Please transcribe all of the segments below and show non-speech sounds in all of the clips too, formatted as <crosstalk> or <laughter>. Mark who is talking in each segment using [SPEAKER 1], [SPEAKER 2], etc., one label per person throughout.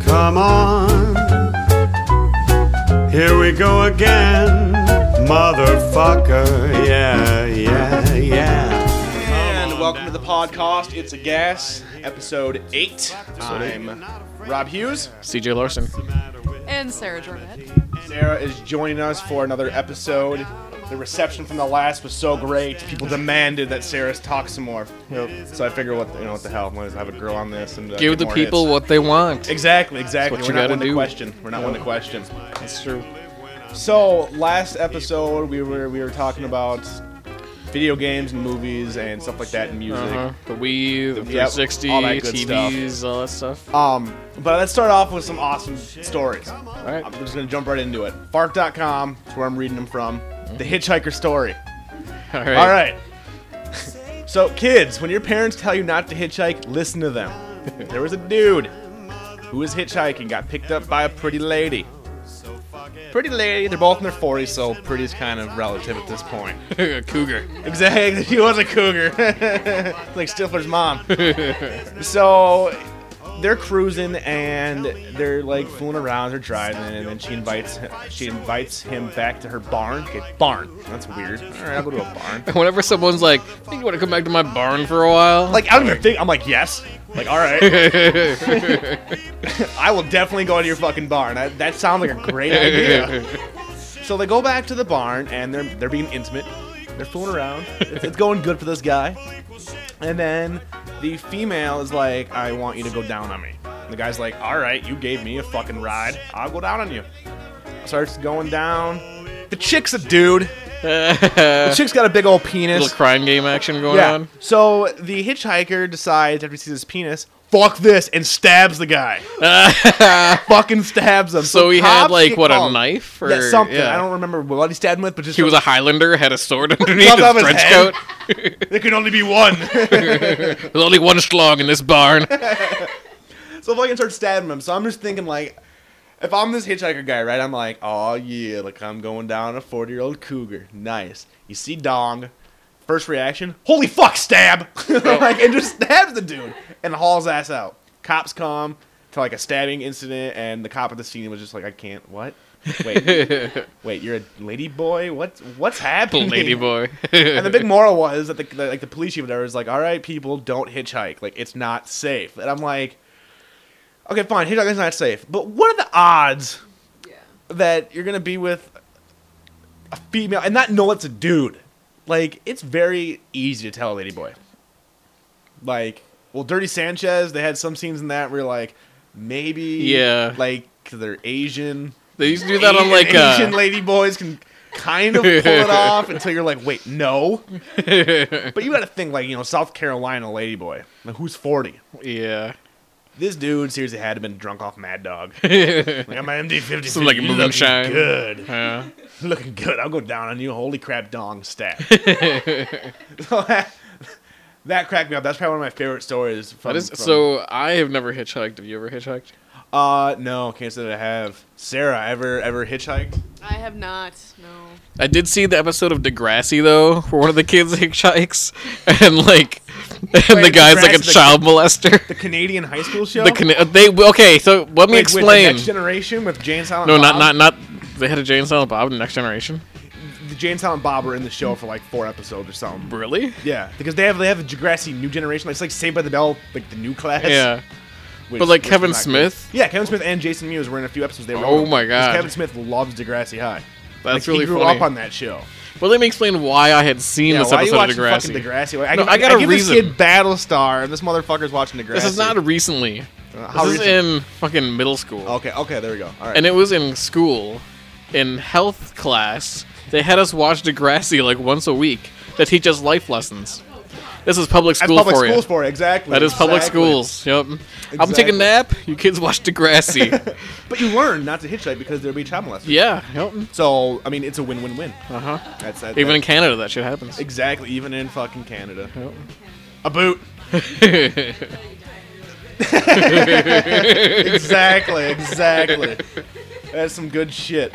[SPEAKER 1] come on. Here we go again, motherfucker. Yeah, yeah, yeah.
[SPEAKER 2] And welcome to the podcast. It's a gas, episode eight. I'm Rob Hughes.
[SPEAKER 3] CJ Larson.
[SPEAKER 4] And Sarah Jornet.
[SPEAKER 2] Sarah is joining us for another episode. The reception from the last was so great. People demanded that Sarah talk some more. So I figure, what you know, what the hell? Let's have a girl on this and uh,
[SPEAKER 3] Give
[SPEAKER 2] get
[SPEAKER 3] the
[SPEAKER 2] more
[SPEAKER 3] people
[SPEAKER 2] hits.
[SPEAKER 3] what they want.
[SPEAKER 2] Exactly, exactly.
[SPEAKER 3] That's what
[SPEAKER 2] We're not
[SPEAKER 3] you gotta
[SPEAKER 2] one to
[SPEAKER 3] do.
[SPEAKER 2] question. We're not one to question.
[SPEAKER 3] That's true.
[SPEAKER 2] So last episode we were we were talking about video games and movies and stuff like that and music.
[SPEAKER 3] Uh-huh. The Wii, the
[SPEAKER 2] Yep,
[SPEAKER 3] 360,
[SPEAKER 2] all that good
[SPEAKER 3] TVs, all that stuff.
[SPEAKER 2] Um, but let's start off with some awesome stories.
[SPEAKER 3] All
[SPEAKER 2] <laughs>
[SPEAKER 3] right.
[SPEAKER 2] I'm just gonna jump right into it. Fark.com is where I'm reading them from. The Hitchhiker Story.
[SPEAKER 3] All right.
[SPEAKER 2] All right. so, kids, when your parents tell you not to hitchhike, listen to <laughs> them. there was a dude who was hitchhiking, got picked up by a pretty lady. Pretty lady. They're both in their 40s, so pretty's kind of relative at this point.
[SPEAKER 3] <laughs> Cougar.
[SPEAKER 2] Exactly. <laughs> He was a cougar. like Stifler's mom. so they're cruising and they're like fooling around, they're driving, and then she invites she invites him back to her barn. Okay, barn. That's weird. Alright, I'll go to a barn.
[SPEAKER 3] Whenever someone's like, think you want to come back to my barn for a while? <laughs>
[SPEAKER 2] Like I don't even think I'm like, yes. Like, alright. <laughs> I will definitely go to your fucking barn. I, that sounds like a great idea. So they go back to the barn and they're they're being intimate. They're fooling around. It's, it's going good for this guy. And then the female is like, "I want you to go down on me." And the guy's like, "All right, you gave me a fucking ride. I'll go down on you." Starts going down. The chick's a dude. <laughs> The chick's got a big old penis.
[SPEAKER 3] Little crime game action going
[SPEAKER 2] yeah.
[SPEAKER 3] on.
[SPEAKER 2] So the hitchhiker decides after he sees his penis, "Fuck this," and stabs the
[SPEAKER 3] <laughs>
[SPEAKER 2] guy. fucking stabs him.
[SPEAKER 3] So he had
[SPEAKER 2] cops
[SPEAKER 3] like
[SPEAKER 2] get
[SPEAKER 3] what
[SPEAKER 2] called.
[SPEAKER 3] a knife or
[SPEAKER 2] Yeah, something.
[SPEAKER 3] yeah.
[SPEAKER 2] I don't remember what he stabbed him with, but just
[SPEAKER 3] He was a Highlander, had a sword <laughs> underneath his
[SPEAKER 2] Dropped off his
[SPEAKER 3] trench
[SPEAKER 2] head.
[SPEAKER 3] coat.
[SPEAKER 2] There can only be one.
[SPEAKER 3] There's only one schlong in
[SPEAKER 2] <laughs>
[SPEAKER 3] this barn.
[SPEAKER 2] so fucking start stabbing him. So I'm just thinking like, if I'm this hitchhiker guy, right? I'm like, oh yeah, like I'm going down a 40 year old cougar. Nice. You see Dong. First reaction, holy fuck, stab! <laughs> like and just stabs the dude and hauls ass out. Cops come to like a stabbing incident, and the cop at the scene was just like, I can't. What? Wait, wait, you're a lady boy? What? What's happening?
[SPEAKER 3] Lady boy. <laughs>
[SPEAKER 2] and the big moral was that the, the like the police chief there was like, "All right, people, don't hitchhike. Like it's not safe." And I'm like, "Okay, fine, hitchhiking's not safe, but what are the odds
[SPEAKER 4] Yeah.
[SPEAKER 2] that you're gonna be with a female and not know it's a dude? Like it's very easy to tell a lady boy. Like, well, Dirty Sanchez, they had some scenes in that where you're like, maybe,
[SPEAKER 3] Yeah.
[SPEAKER 2] like they they're Asian.
[SPEAKER 3] They used to do that on like uh,
[SPEAKER 2] Asian lady boys can kind of pull it
[SPEAKER 3] <laughs>
[SPEAKER 2] off until you're like, wait, no. but you got to think like you know South Carolina lady boy, like, who's forty.
[SPEAKER 3] yeah.
[SPEAKER 2] This dude seriously had to have been drunk off Mad
[SPEAKER 3] <laughs>
[SPEAKER 2] Dog.
[SPEAKER 3] yeah.
[SPEAKER 2] Like I'm an MD fifty.
[SPEAKER 3] Some, like, moonshine.
[SPEAKER 2] Good, looking good. I'll go down on you. Holy crap, dong
[SPEAKER 3] <laughs>
[SPEAKER 2] stat. <laughs> so that, that cracked me up. That's probably one of my favorite stories. From,
[SPEAKER 3] That is
[SPEAKER 2] from-
[SPEAKER 3] so. I have never hitchhiked. Have you ever hitchhiked?
[SPEAKER 2] Uh, no, can't say that I have. Sarah, ever ever hitchhiked?
[SPEAKER 4] I have not. No.
[SPEAKER 3] I did see the episode of Degrassi though, where one of the kids <laughs> hitchhikes, and like, and the
[SPEAKER 2] Wait,
[SPEAKER 3] guy's like a
[SPEAKER 2] Degrassi, the-
[SPEAKER 3] child molester.
[SPEAKER 2] The Canadian high school show.
[SPEAKER 3] The Can- they okay. So let me
[SPEAKER 2] Like, with the
[SPEAKER 3] explain.
[SPEAKER 2] Next Generation with Jane Silent.
[SPEAKER 3] No, not
[SPEAKER 2] Bob?
[SPEAKER 3] not not. They had a Jane Silent Bob in Next Generation.
[SPEAKER 2] The Jane Silent Bob were in the show for like four episodes or something.
[SPEAKER 3] Really?
[SPEAKER 2] Yeah, because they have they have the Degrassi New Generation. It's like Saved by the Bell, like the new class.
[SPEAKER 3] Yeah.
[SPEAKER 2] <laughs> which-
[SPEAKER 3] But like
[SPEAKER 2] which is
[SPEAKER 3] Kevin
[SPEAKER 2] not good.
[SPEAKER 3] Smith,
[SPEAKER 2] Yeah, Kevin Smith and Jason Mewes were in a few episodes. They wrote
[SPEAKER 3] Oh
[SPEAKER 2] them.
[SPEAKER 3] my
[SPEAKER 2] 'Cause
[SPEAKER 3] God.
[SPEAKER 2] Kevin Smith loves Degrassi High.
[SPEAKER 3] that's
[SPEAKER 2] like,
[SPEAKER 3] really
[SPEAKER 2] he grew
[SPEAKER 3] funny.
[SPEAKER 2] up on that show.
[SPEAKER 3] but let me explain why I had seen
[SPEAKER 2] Yeah,
[SPEAKER 3] this
[SPEAKER 2] why are you
[SPEAKER 3] episode of
[SPEAKER 2] watching
[SPEAKER 3] Degrassi.
[SPEAKER 2] fucking Degrassi? Like, I,
[SPEAKER 3] No,
[SPEAKER 2] give-
[SPEAKER 3] I got
[SPEAKER 2] I
[SPEAKER 3] a
[SPEAKER 2] give
[SPEAKER 3] reason.
[SPEAKER 2] This kid Battlestar, and this motherfucker's watching Degrassi.
[SPEAKER 3] this is not recently.
[SPEAKER 2] How
[SPEAKER 3] this is
[SPEAKER 2] recent?
[SPEAKER 3] in fucking middle school.
[SPEAKER 2] Okay, okay, there we go. All right.
[SPEAKER 3] and it was in school, in health class. They had us watch Degrassi like once a week to teach us life lessons. This is public
[SPEAKER 2] that's
[SPEAKER 3] school
[SPEAKER 2] public
[SPEAKER 3] for
[SPEAKER 2] schools
[SPEAKER 3] you.
[SPEAKER 2] for you, exactly.
[SPEAKER 3] That is public
[SPEAKER 2] exactly.
[SPEAKER 3] schools. Yep. I'm
[SPEAKER 2] Exactly.
[SPEAKER 3] taking a nap. You kids
[SPEAKER 2] <laughs>
[SPEAKER 3] watch Degrassi.
[SPEAKER 2] But you learn not to hitchhike because there'll be child molestation.
[SPEAKER 3] yeah. Yep.
[SPEAKER 2] So I mean, it's a win-win-win.
[SPEAKER 3] Uh huh.
[SPEAKER 2] That's that,
[SPEAKER 3] Even
[SPEAKER 2] that-
[SPEAKER 3] in Canada, that shit happens.
[SPEAKER 2] exactly even in fucking Canada.
[SPEAKER 3] Yep.
[SPEAKER 2] A <laughs> boot. exactly, exactly. That's some good shit.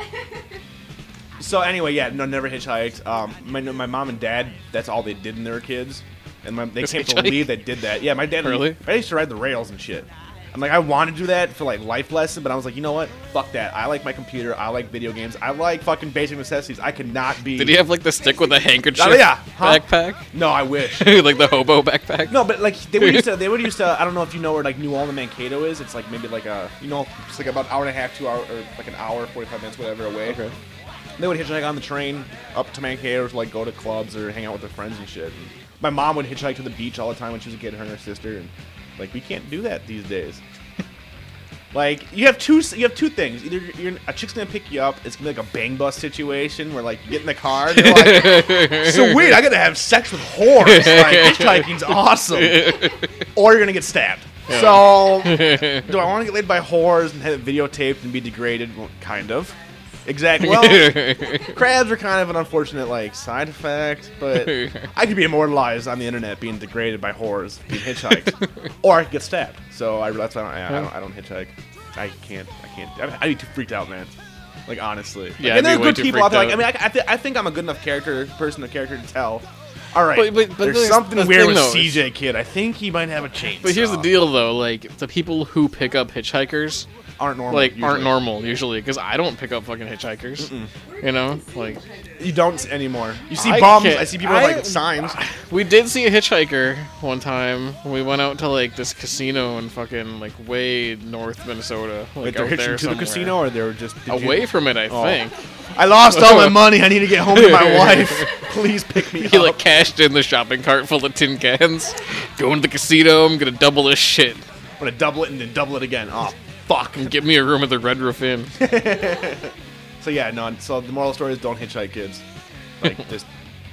[SPEAKER 2] So anyway, yeah, no, never hitchhiked. Um, my my mom and dad, that's all they did when they were kids, and my, they
[SPEAKER 3] Just
[SPEAKER 2] can't
[SPEAKER 3] hitchhike?
[SPEAKER 2] believe they did that. Yeah, my dad
[SPEAKER 3] Really?
[SPEAKER 2] I used to ride the rails and shit. I'm like, I want to do that for like life lesson, but I was like, you know what? Fuck that. I like my computer. I like video games. I like fucking basic necessities. I could not be.
[SPEAKER 3] Did he have like the stick with the handkerchief
[SPEAKER 2] Oh, yeah, huh?
[SPEAKER 3] backpack? <laughs>
[SPEAKER 2] No, I wish.
[SPEAKER 3] like the hobo backpack?
[SPEAKER 2] No, but like they would used to. They would used to. I don't know if you know where like New Orleans, Mankato is. It's like maybe like a you know it's like about an hour and a half, two hour, or like an hour, forty five minutes, whatever away. Okay. They would hitchhike on the train up to Mankato to like go to clubs or hang out with their friends and shit. And my mom would hitchhike to the beach all the time when she was a kid, her and her sister, and like we can't do that these days. <laughs> Like you have two, you have two things. Either you're, you're a chick's gonna pick you up. It's gonna be like a bang bus situation where like you get in the car. And you're like, so weird. I gotta have sex with whores. Like hitchhiking's awesome. Or you're gonna get stabbed. So do I want to get laid by whores and have it videotaped and be degraded? Well, kind of. Exactly. Well, crabs are kind of an unfortunate like side effect, but I could be immortalized on the internet being degraded by whores being hitchhiked, or I could get stabbed. So I, that's why I don't, I don't, I don't hitchhike. I can't. I can't. I'd, I'd be too freaked out, man. Like honestly. Like,
[SPEAKER 3] Yeah, I'd
[SPEAKER 2] and there's
[SPEAKER 3] be way
[SPEAKER 2] good
[SPEAKER 3] too
[SPEAKER 2] people out there. Like,
[SPEAKER 3] freaked
[SPEAKER 2] I mean, I, I, thi- I think I'm a good enough character, person of character to tell. All right,
[SPEAKER 3] But- but- but
[SPEAKER 2] there's
[SPEAKER 3] there's-
[SPEAKER 2] something
[SPEAKER 3] the
[SPEAKER 2] weird with
[SPEAKER 3] thing, though, is-
[SPEAKER 2] CJ Kid. I think he might have a chainsaw.
[SPEAKER 3] But here's the deal, though. Like the people who pick up hitchhikers,
[SPEAKER 2] aren't normal.
[SPEAKER 3] like
[SPEAKER 2] usually.
[SPEAKER 3] aren't normal usually, because I don't pick up fucking hitchhikers. You know, like
[SPEAKER 2] You don't anymore. You see
[SPEAKER 3] I
[SPEAKER 2] bums.
[SPEAKER 3] can't-
[SPEAKER 2] I see people with
[SPEAKER 3] I-
[SPEAKER 2] like signs.
[SPEAKER 3] we did see a hitchhiker one time. when We went out to like this casino in fucking like way north Minnesota, like
[SPEAKER 2] Wait,
[SPEAKER 3] out
[SPEAKER 2] they're hitching
[SPEAKER 3] there
[SPEAKER 2] to the
[SPEAKER 3] somewhere.
[SPEAKER 2] casino, or they're just did you-
[SPEAKER 3] <laughs> Away from it, I
[SPEAKER 2] Oh.
[SPEAKER 3] think.
[SPEAKER 2] I lost all
[SPEAKER 3] <laughs>
[SPEAKER 2] my money. I need to get home to my wife. Please pick me
[SPEAKER 3] He
[SPEAKER 2] up.
[SPEAKER 3] like cashed in the shopping cart full of tin cans. Going to the casino, I'm gonna double this shit.
[SPEAKER 2] I'm gonna double it and then double it again. Oh, fuck.
[SPEAKER 3] Get me a room at the Red
[SPEAKER 2] <laughs>
[SPEAKER 3] Roof Inn.
[SPEAKER 2] So yeah, no. So the moral story is don't hitchhike, kids.
[SPEAKER 3] <laughs>
[SPEAKER 2] Like just,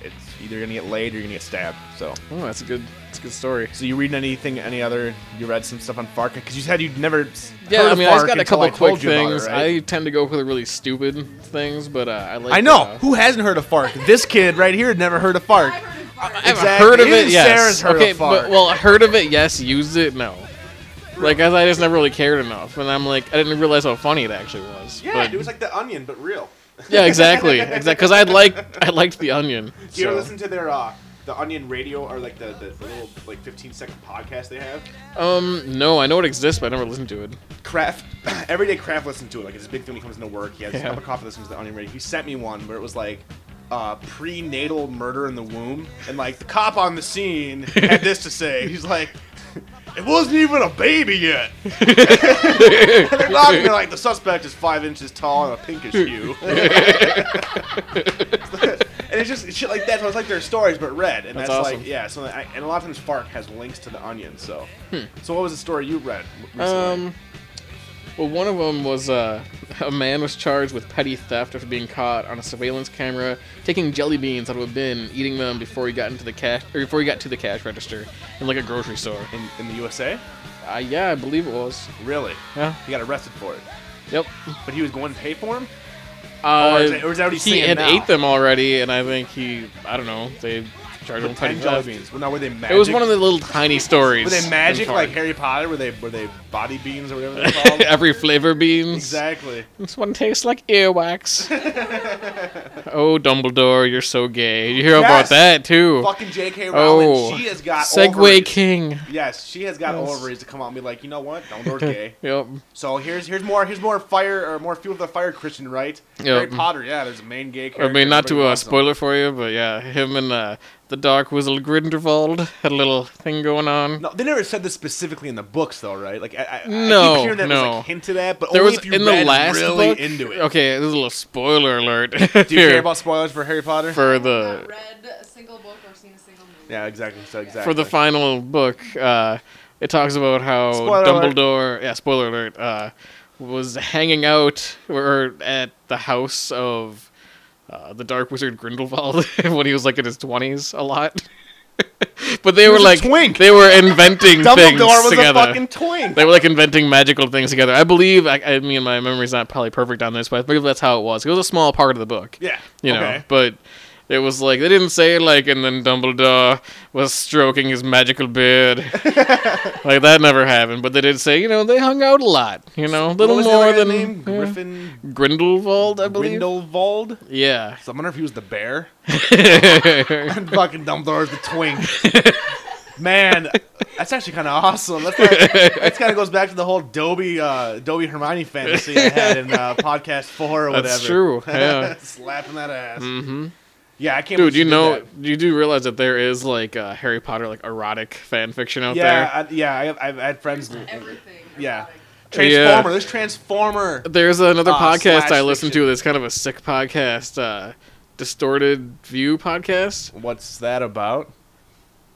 [SPEAKER 2] it's either you're gonna get laid or you're gonna get stabbed. So,
[SPEAKER 3] Oh, that's a good, that's a good story.
[SPEAKER 2] so you reading anything? Any other? You read some stuff on Farca? Because you said you'd never. s-
[SPEAKER 3] Yeah,
[SPEAKER 2] heard
[SPEAKER 3] I
[SPEAKER 2] of
[SPEAKER 3] mean, I just
[SPEAKER 2] Fark
[SPEAKER 3] got a
[SPEAKER 2] until
[SPEAKER 3] couple
[SPEAKER 2] I
[SPEAKER 3] quick
[SPEAKER 2] told you about it,
[SPEAKER 3] things.
[SPEAKER 2] right?
[SPEAKER 3] I tend to go for the really stupid things, but uh, I like.
[SPEAKER 2] I know.
[SPEAKER 3] uh,
[SPEAKER 2] Who hasn't heard of Fark? This kid right here had never heard of <laughs> Fark.
[SPEAKER 3] I've
[SPEAKER 2] Exactly.
[SPEAKER 3] heard of
[SPEAKER 2] Even
[SPEAKER 3] it. Yes.
[SPEAKER 2] Sarah's heard
[SPEAKER 3] okay,
[SPEAKER 2] of
[SPEAKER 3] but
[SPEAKER 2] fart.
[SPEAKER 3] well, I heard of it. Yes. Used it. No. Like I, I just never really cared enough, and I'm like, I didn't realize how funny it actually was. but-
[SPEAKER 2] like the onion, but real.
[SPEAKER 3] yeah, exactly, exactly. Because I liked, I liked the Onion.
[SPEAKER 2] Do you ever
[SPEAKER 3] so.
[SPEAKER 2] listen to their uh, the Onion radio or like the, the, the little like 15 second podcast they have?
[SPEAKER 3] Um, no, I know it exists, but I never listened to it.
[SPEAKER 2] Kraft, <coughs> every day Kraft listens to it. Like it's a big thing when he comes into work. He has his
[SPEAKER 3] Yeah.
[SPEAKER 2] cup of coffee, listens to the Onion radio. He sent me one where it was like uh, prenatal murder in the womb, and like the cop on the scene had this to say. He's like. It wasn't even a baby yet. <laughs> and they're talking like the suspect is five inches tall and a pinkish
[SPEAKER 3] <laughs>
[SPEAKER 2] hue. and it's just shit like that. So it's like their stories, but red, and that's,
[SPEAKER 3] That's
[SPEAKER 2] like
[SPEAKER 3] awesome.
[SPEAKER 2] yeah. So I, and a lot of times Fark has links to the Onion. So, so what was the story you read? Recently?
[SPEAKER 3] Hmm. Um, well, one of them was uh, a man was charged with petty theft after being caught on a surveillance camera taking jelly beans out of a bin, eating them before he got into the cash or before he got to the cash register in like a grocery store.
[SPEAKER 2] in, in the USA?
[SPEAKER 3] Uh, yeah, I believe it was.
[SPEAKER 2] Really?
[SPEAKER 3] Yeah.
[SPEAKER 2] He got arrested for it.
[SPEAKER 3] Yep.
[SPEAKER 2] But he was going to pay for him?
[SPEAKER 3] Uh,
[SPEAKER 2] is that- or is that what he's
[SPEAKER 3] he
[SPEAKER 2] saying
[SPEAKER 3] had
[SPEAKER 2] now?
[SPEAKER 3] ate them already, and I think he I don't know they charged him
[SPEAKER 2] With 10
[SPEAKER 3] petty
[SPEAKER 2] jelly
[SPEAKER 3] theft.
[SPEAKER 2] beans. Well, now, were they magic?
[SPEAKER 3] It was one of the little tiny stories.
[SPEAKER 2] Were they magic
[SPEAKER 3] in
[SPEAKER 2] like
[SPEAKER 3] Fargo.
[SPEAKER 2] Harry Potter? Were they were they body beans or whatever
[SPEAKER 3] <laughs>
[SPEAKER 2] they're called?
[SPEAKER 3] Every flavor beans.
[SPEAKER 2] Exactly.
[SPEAKER 3] This one tastes like
[SPEAKER 2] <laughs>
[SPEAKER 3] earwax. oh, Dumbledore, you're so gay. You
[SPEAKER 2] Yes!
[SPEAKER 3] hear about that too?
[SPEAKER 2] Fucking J.K. Rowling,
[SPEAKER 3] oh,
[SPEAKER 2] she has got
[SPEAKER 3] Segway
[SPEAKER 2] ovaries.
[SPEAKER 3] King.
[SPEAKER 2] Yes, she has got
[SPEAKER 3] Yes.
[SPEAKER 2] ovaries to come out and be like, you know what?
[SPEAKER 3] <laughs>
[SPEAKER 2] Dumbledore's gay.
[SPEAKER 3] Yep.
[SPEAKER 2] So here's here's more here's more fire or more fuel for the fire, Christian, right? Harry Potter, yeah. There's a main gay character.
[SPEAKER 3] I mean, not to
[SPEAKER 2] everybody
[SPEAKER 3] uh,
[SPEAKER 2] loves him.
[SPEAKER 3] spoiler for you, but yeah, him and uh, the Dark Wizard Grindelwald had a little thing going on.
[SPEAKER 2] No, they never said this specifically in the books, though, right? Like, I, I, I
[SPEAKER 3] No,
[SPEAKER 2] keep hearing that was
[SPEAKER 3] no.
[SPEAKER 2] like hinted at, but
[SPEAKER 3] there
[SPEAKER 2] only
[SPEAKER 3] was
[SPEAKER 2] if you
[SPEAKER 3] in
[SPEAKER 2] read
[SPEAKER 3] the last
[SPEAKER 2] really
[SPEAKER 3] book.
[SPEAKER 2] into it.
[SPEAKER 3] Okay, this is a little spoiler
[SPEAKER 2] <laughs>
[SPEAKER 3] alert. <laughs>
[SPEAKER 2] Do you care about spoilers for Harry Potter?
[SPEAKER 3] for
[SPEAKER 4] I've not
[SPEAKER 3] the
[SPEAKER 4] read a single book or seen a single movie.
[SPEAKER 2] yeah, exactly. So exactly
[SPEAKER 3] for the final book, uh, it talks about how
[SPEAKER 2] Spoiler alert.
[SPEAKER 3] Dumbledore, yeah, spoiler alert, uh, was hanging out or at the house of uh, the Dark Wizard Grindelwald <laughs> when he was like in his twenties a lot. <laughs> but they were
[SPEAKER 2] was a
[SPEAKER 3] like
[SPEAKER 2] twink.
[SPEAKER 3] they were inventing
[SPEAKER 2] <laughs>
[SPEAKER 3] things
[SPEAKER 2] Dumbledore was
[SPEAKER 3] together.
[SPEAKER 2] a fucking twink.
[SPEAKER 3] they were like inventing magical things together. I believe. I, I mean, my memory's not probably perfect on this, but I believe that's how it was. It was a small part of the book
[SPEAKER 2] yeah,
[SPEAKER 3] you know.
[SPEAKER 2] okay.
[SPEAKER 3] But it was like they didn't say like, and then Dumbledore was stroking his
[SPEAKER 2] <laughs>
[SPEAKER 3] magical beard, like that never happened. But they did say, you know, they hung out a lot, you know, a little
[SPEAKER 2] what was the
[SPEAKER 3] more
[SPEAKER 2] other
[SPEAKER 3] than
[SPEAKER 2] guy's name?
[SPEAKER 3] yeah.
[SPEAKER 2] Griffin
[SPEAKER 3] Grindelwald, I believe.
[SPEAKER 2] Grindelwald. <laughs>
[SPEAKER 3] Yeah,
[SPEAKER 2] So I wonder if he was the bear. <laughs> and fucking Dumbledore's the twink. Man, That's actually kind of awesome. That's that kind of goes back to the whole Dobie uh, Dobie Hermione fantasy I had in
[SPEAKER 3] <laughs>
[SPEAKER 2] uh, podcast four or whatever.
[SPEAKER 3] <laughs>
[SPEAKER 2] <laughs>
[SPEAKER 3] That's true, yeah.
[SPEAKER 2] Slapping that ass.
[SPEAKER 3] Mm-hmm.
[SPEAKER 2] Yeah, I can't. believe
[SPEAKER 3] Dude,
[SPEAKER 2] she
[SPEAKER 3] you
[SPEAKER 2] did
[SPEAKER 3] know,
[SPEAKER 2] that.
[SPEAKER 3] you do realize that there is like uh, Harry Potter like erotic fan fiction out
[SPEAKER 2] Yeah,
[SPEAKER 3] there.
[SPEAKER 2] I, yeah. I, have- I've had friends. do-
[SPEAKER 4] Everything.
[SPEAKER 2] Yeah.
[SPEAKER 3] Yeah.
[SPEAKER 2] Transformer. There's Transformer.
[SPEAKER 3] There's another
[SPEAKER 2] Uh,
[SPEAKER 3] podcast
[SPEAKER 2] slash
[SPEAKER 3] I listen
[SPEAKER 2] fiction.
[SPEAKER 3] to that's kind of a sick podcast, uh, Distorted View podcast.
[SPEAKER 2] What's that about?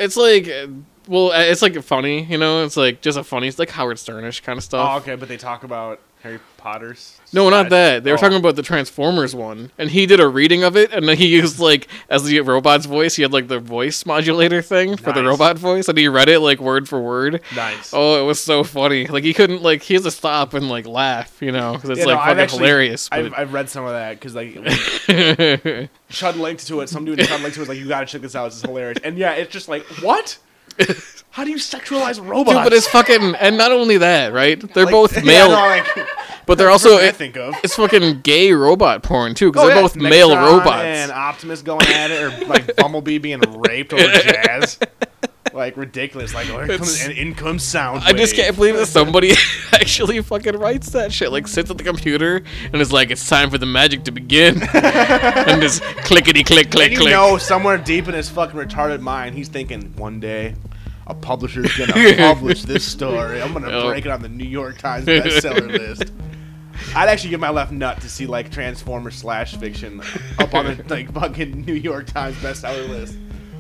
[SPEAKER 3] It's like, uh, well, uh, it's like funny, you know. It's like just a funny, it's like Howard Sternish kind of stuff.
[SPEAKER 2] Oh, okay, but they talk about Harry Potter's.
[SPEAKER 3] No, not
[SPEAKER 2] slash-
[SPEAKER 3] that. They were
[SPEAKER 2] Oh.
[SPEAKER 3] talking about the Transformers one, and he did a reading of it, and then he used like as the robot's voice. He had like the voice modulator thing for the
[SPEAKER 2] Nice.
[SPEAKER 3] robot voice, and he read it like word for word.
[SPEAKER 2] Nice.
[SPEAKER 3] Oh, it was so funny. Like he couldn't like he has to stop and like laugh, you know, 'cause it's
[SPEAKER 2] Yeah,
[SPEAKER 3] like
[SPEAKER 2] no, I've
[SPEAKER 3] fucking
[SPEAKER 2] actually-
[SPEAKER 3] hilarious. but
[SPEAKER 2] I've, I've read some of that because
[SPEAKER 3] <laughs>
[SPEAKER 2] like
[SPEAKER 3] it-
[SPEAKER 2] Chud linked to it. Some dude in Chud linked to it. was Like you gotta check this out. This is hilarious. And yeah, it's just like
[SPEAKER 3] <laughs>
[SPEAKER 2] what? How do you sexualize robots?
[SPEAKER 3] Dude, but it's fucking and not only that, right? They're
[SPEAKER 2] Like, <laughs>
[SPEAKER 3] both
[SPEAKER 2] yeah,
[SPEAKER 3] male,
[SPEAKER 2] no, like,
[SPEAKER 3] but they're also
[SPEAKER 2] what I
[SPEAKER 3] it-
[SPEAKER 2] think of.
[SPEAKER 3] it's fucking gay robot porn too because
[SPEAKER 2] Oh,
[SPEAKER 3] they're
[SPEAKER 2] yeah,
[SPEAKER 3] both
[SPEAKER 2] Megatron
[SPEAKER 3] male robots.
[SPEAKER 2] And Optimus going at it, or
[SPEAKER 3] <laughs>
[SPEAKER 2] like Bumblebee being raped over jazz. Like ridiculous. Like oh, here comes
[SPEAKER 3] It's-
[SPEAKER 2] an income sound.
[SPEAKER 3] I just
[SPEAKER 2] wave.
[SPEAKER 3] can't believe that somebody <laughs> actually fucking writes that shit. Like sits at the computer and is like, "It's time for the magic
[SPEAKER 2] <laughs>
[SPEAKER 3] to begin," and just clickety click
[SPEAKER 2] And
[SPEAKER 3] click
[SPEAKER 2] you
[SPEAKER 3] click.
[SPEAKER 2] know, somewhere deep in his fucking retarded mind, he's thinking, one day, a publisher's gonna publish
[SPEAKER 3] <laughs>
[SPEAKER 2] this story. I'm gonna
[SPEAKER 3] Oh.
[SPEAKER 2] break it on the New York Times
[SPEAKER 3] <laughs>
[SPEAKER 2] bestseller list. I'd actually give my left nut to see like Transformer slash fiction up on
[SPEAKER 3] <laughs>
[SPEAKER 2] the like fucking New York Times bestseller list.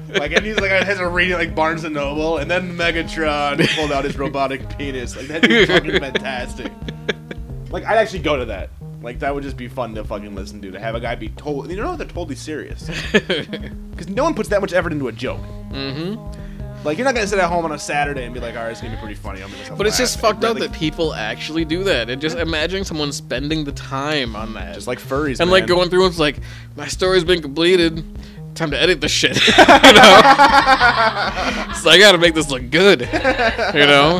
[SPEAKER 2] Like and he's like has a reading like Barnes and Noble, and then Megatron pulled out his robotic penis. Like that'd be
[SPEAKER 3] <laughs>
[SPEAKER 2] fucking fantastic. Like I'd actually go to that. Like that would just be fun to fucking listen to. To have a guy be told, you know, they're totally
[SPEAKER 3] <laughs>
[SPEAKER 2] serious. Because no one puts that much effort into a joke.
[SPEAKER 3] hmm
[SPEAKER 2] Like you're not gonna sit at home on a Saturday and be like, "All right, it's gonna be pretty funny." I'm gonna. just
[SPEAKER 3] But it's
[SPEAKER 2] laugh
[SPEAKER 3] just
[SPEAKER 2] at
[SPEAKER 3] fucked
[SPEAKER 2] it."
[SPEAKER 3] up
[SPEAKER 2] Like-
[SPEAKER 3] that people actually do that. And just imagine someone spending the time on
[SPEAKER 2] <laughs>
[SPEAKER 3] that.
[SPEAKER 2] just like furries
[SPEAKER 3] and like
[SPEAKER 2] man.
[SPEAKER 3] going through and it's like, my story's been completed. Time to edit the shit. <laughs> you
[SPEAKER 2] <laughs>
[SPEAKER 3] know? so I gotta make this look good. You know?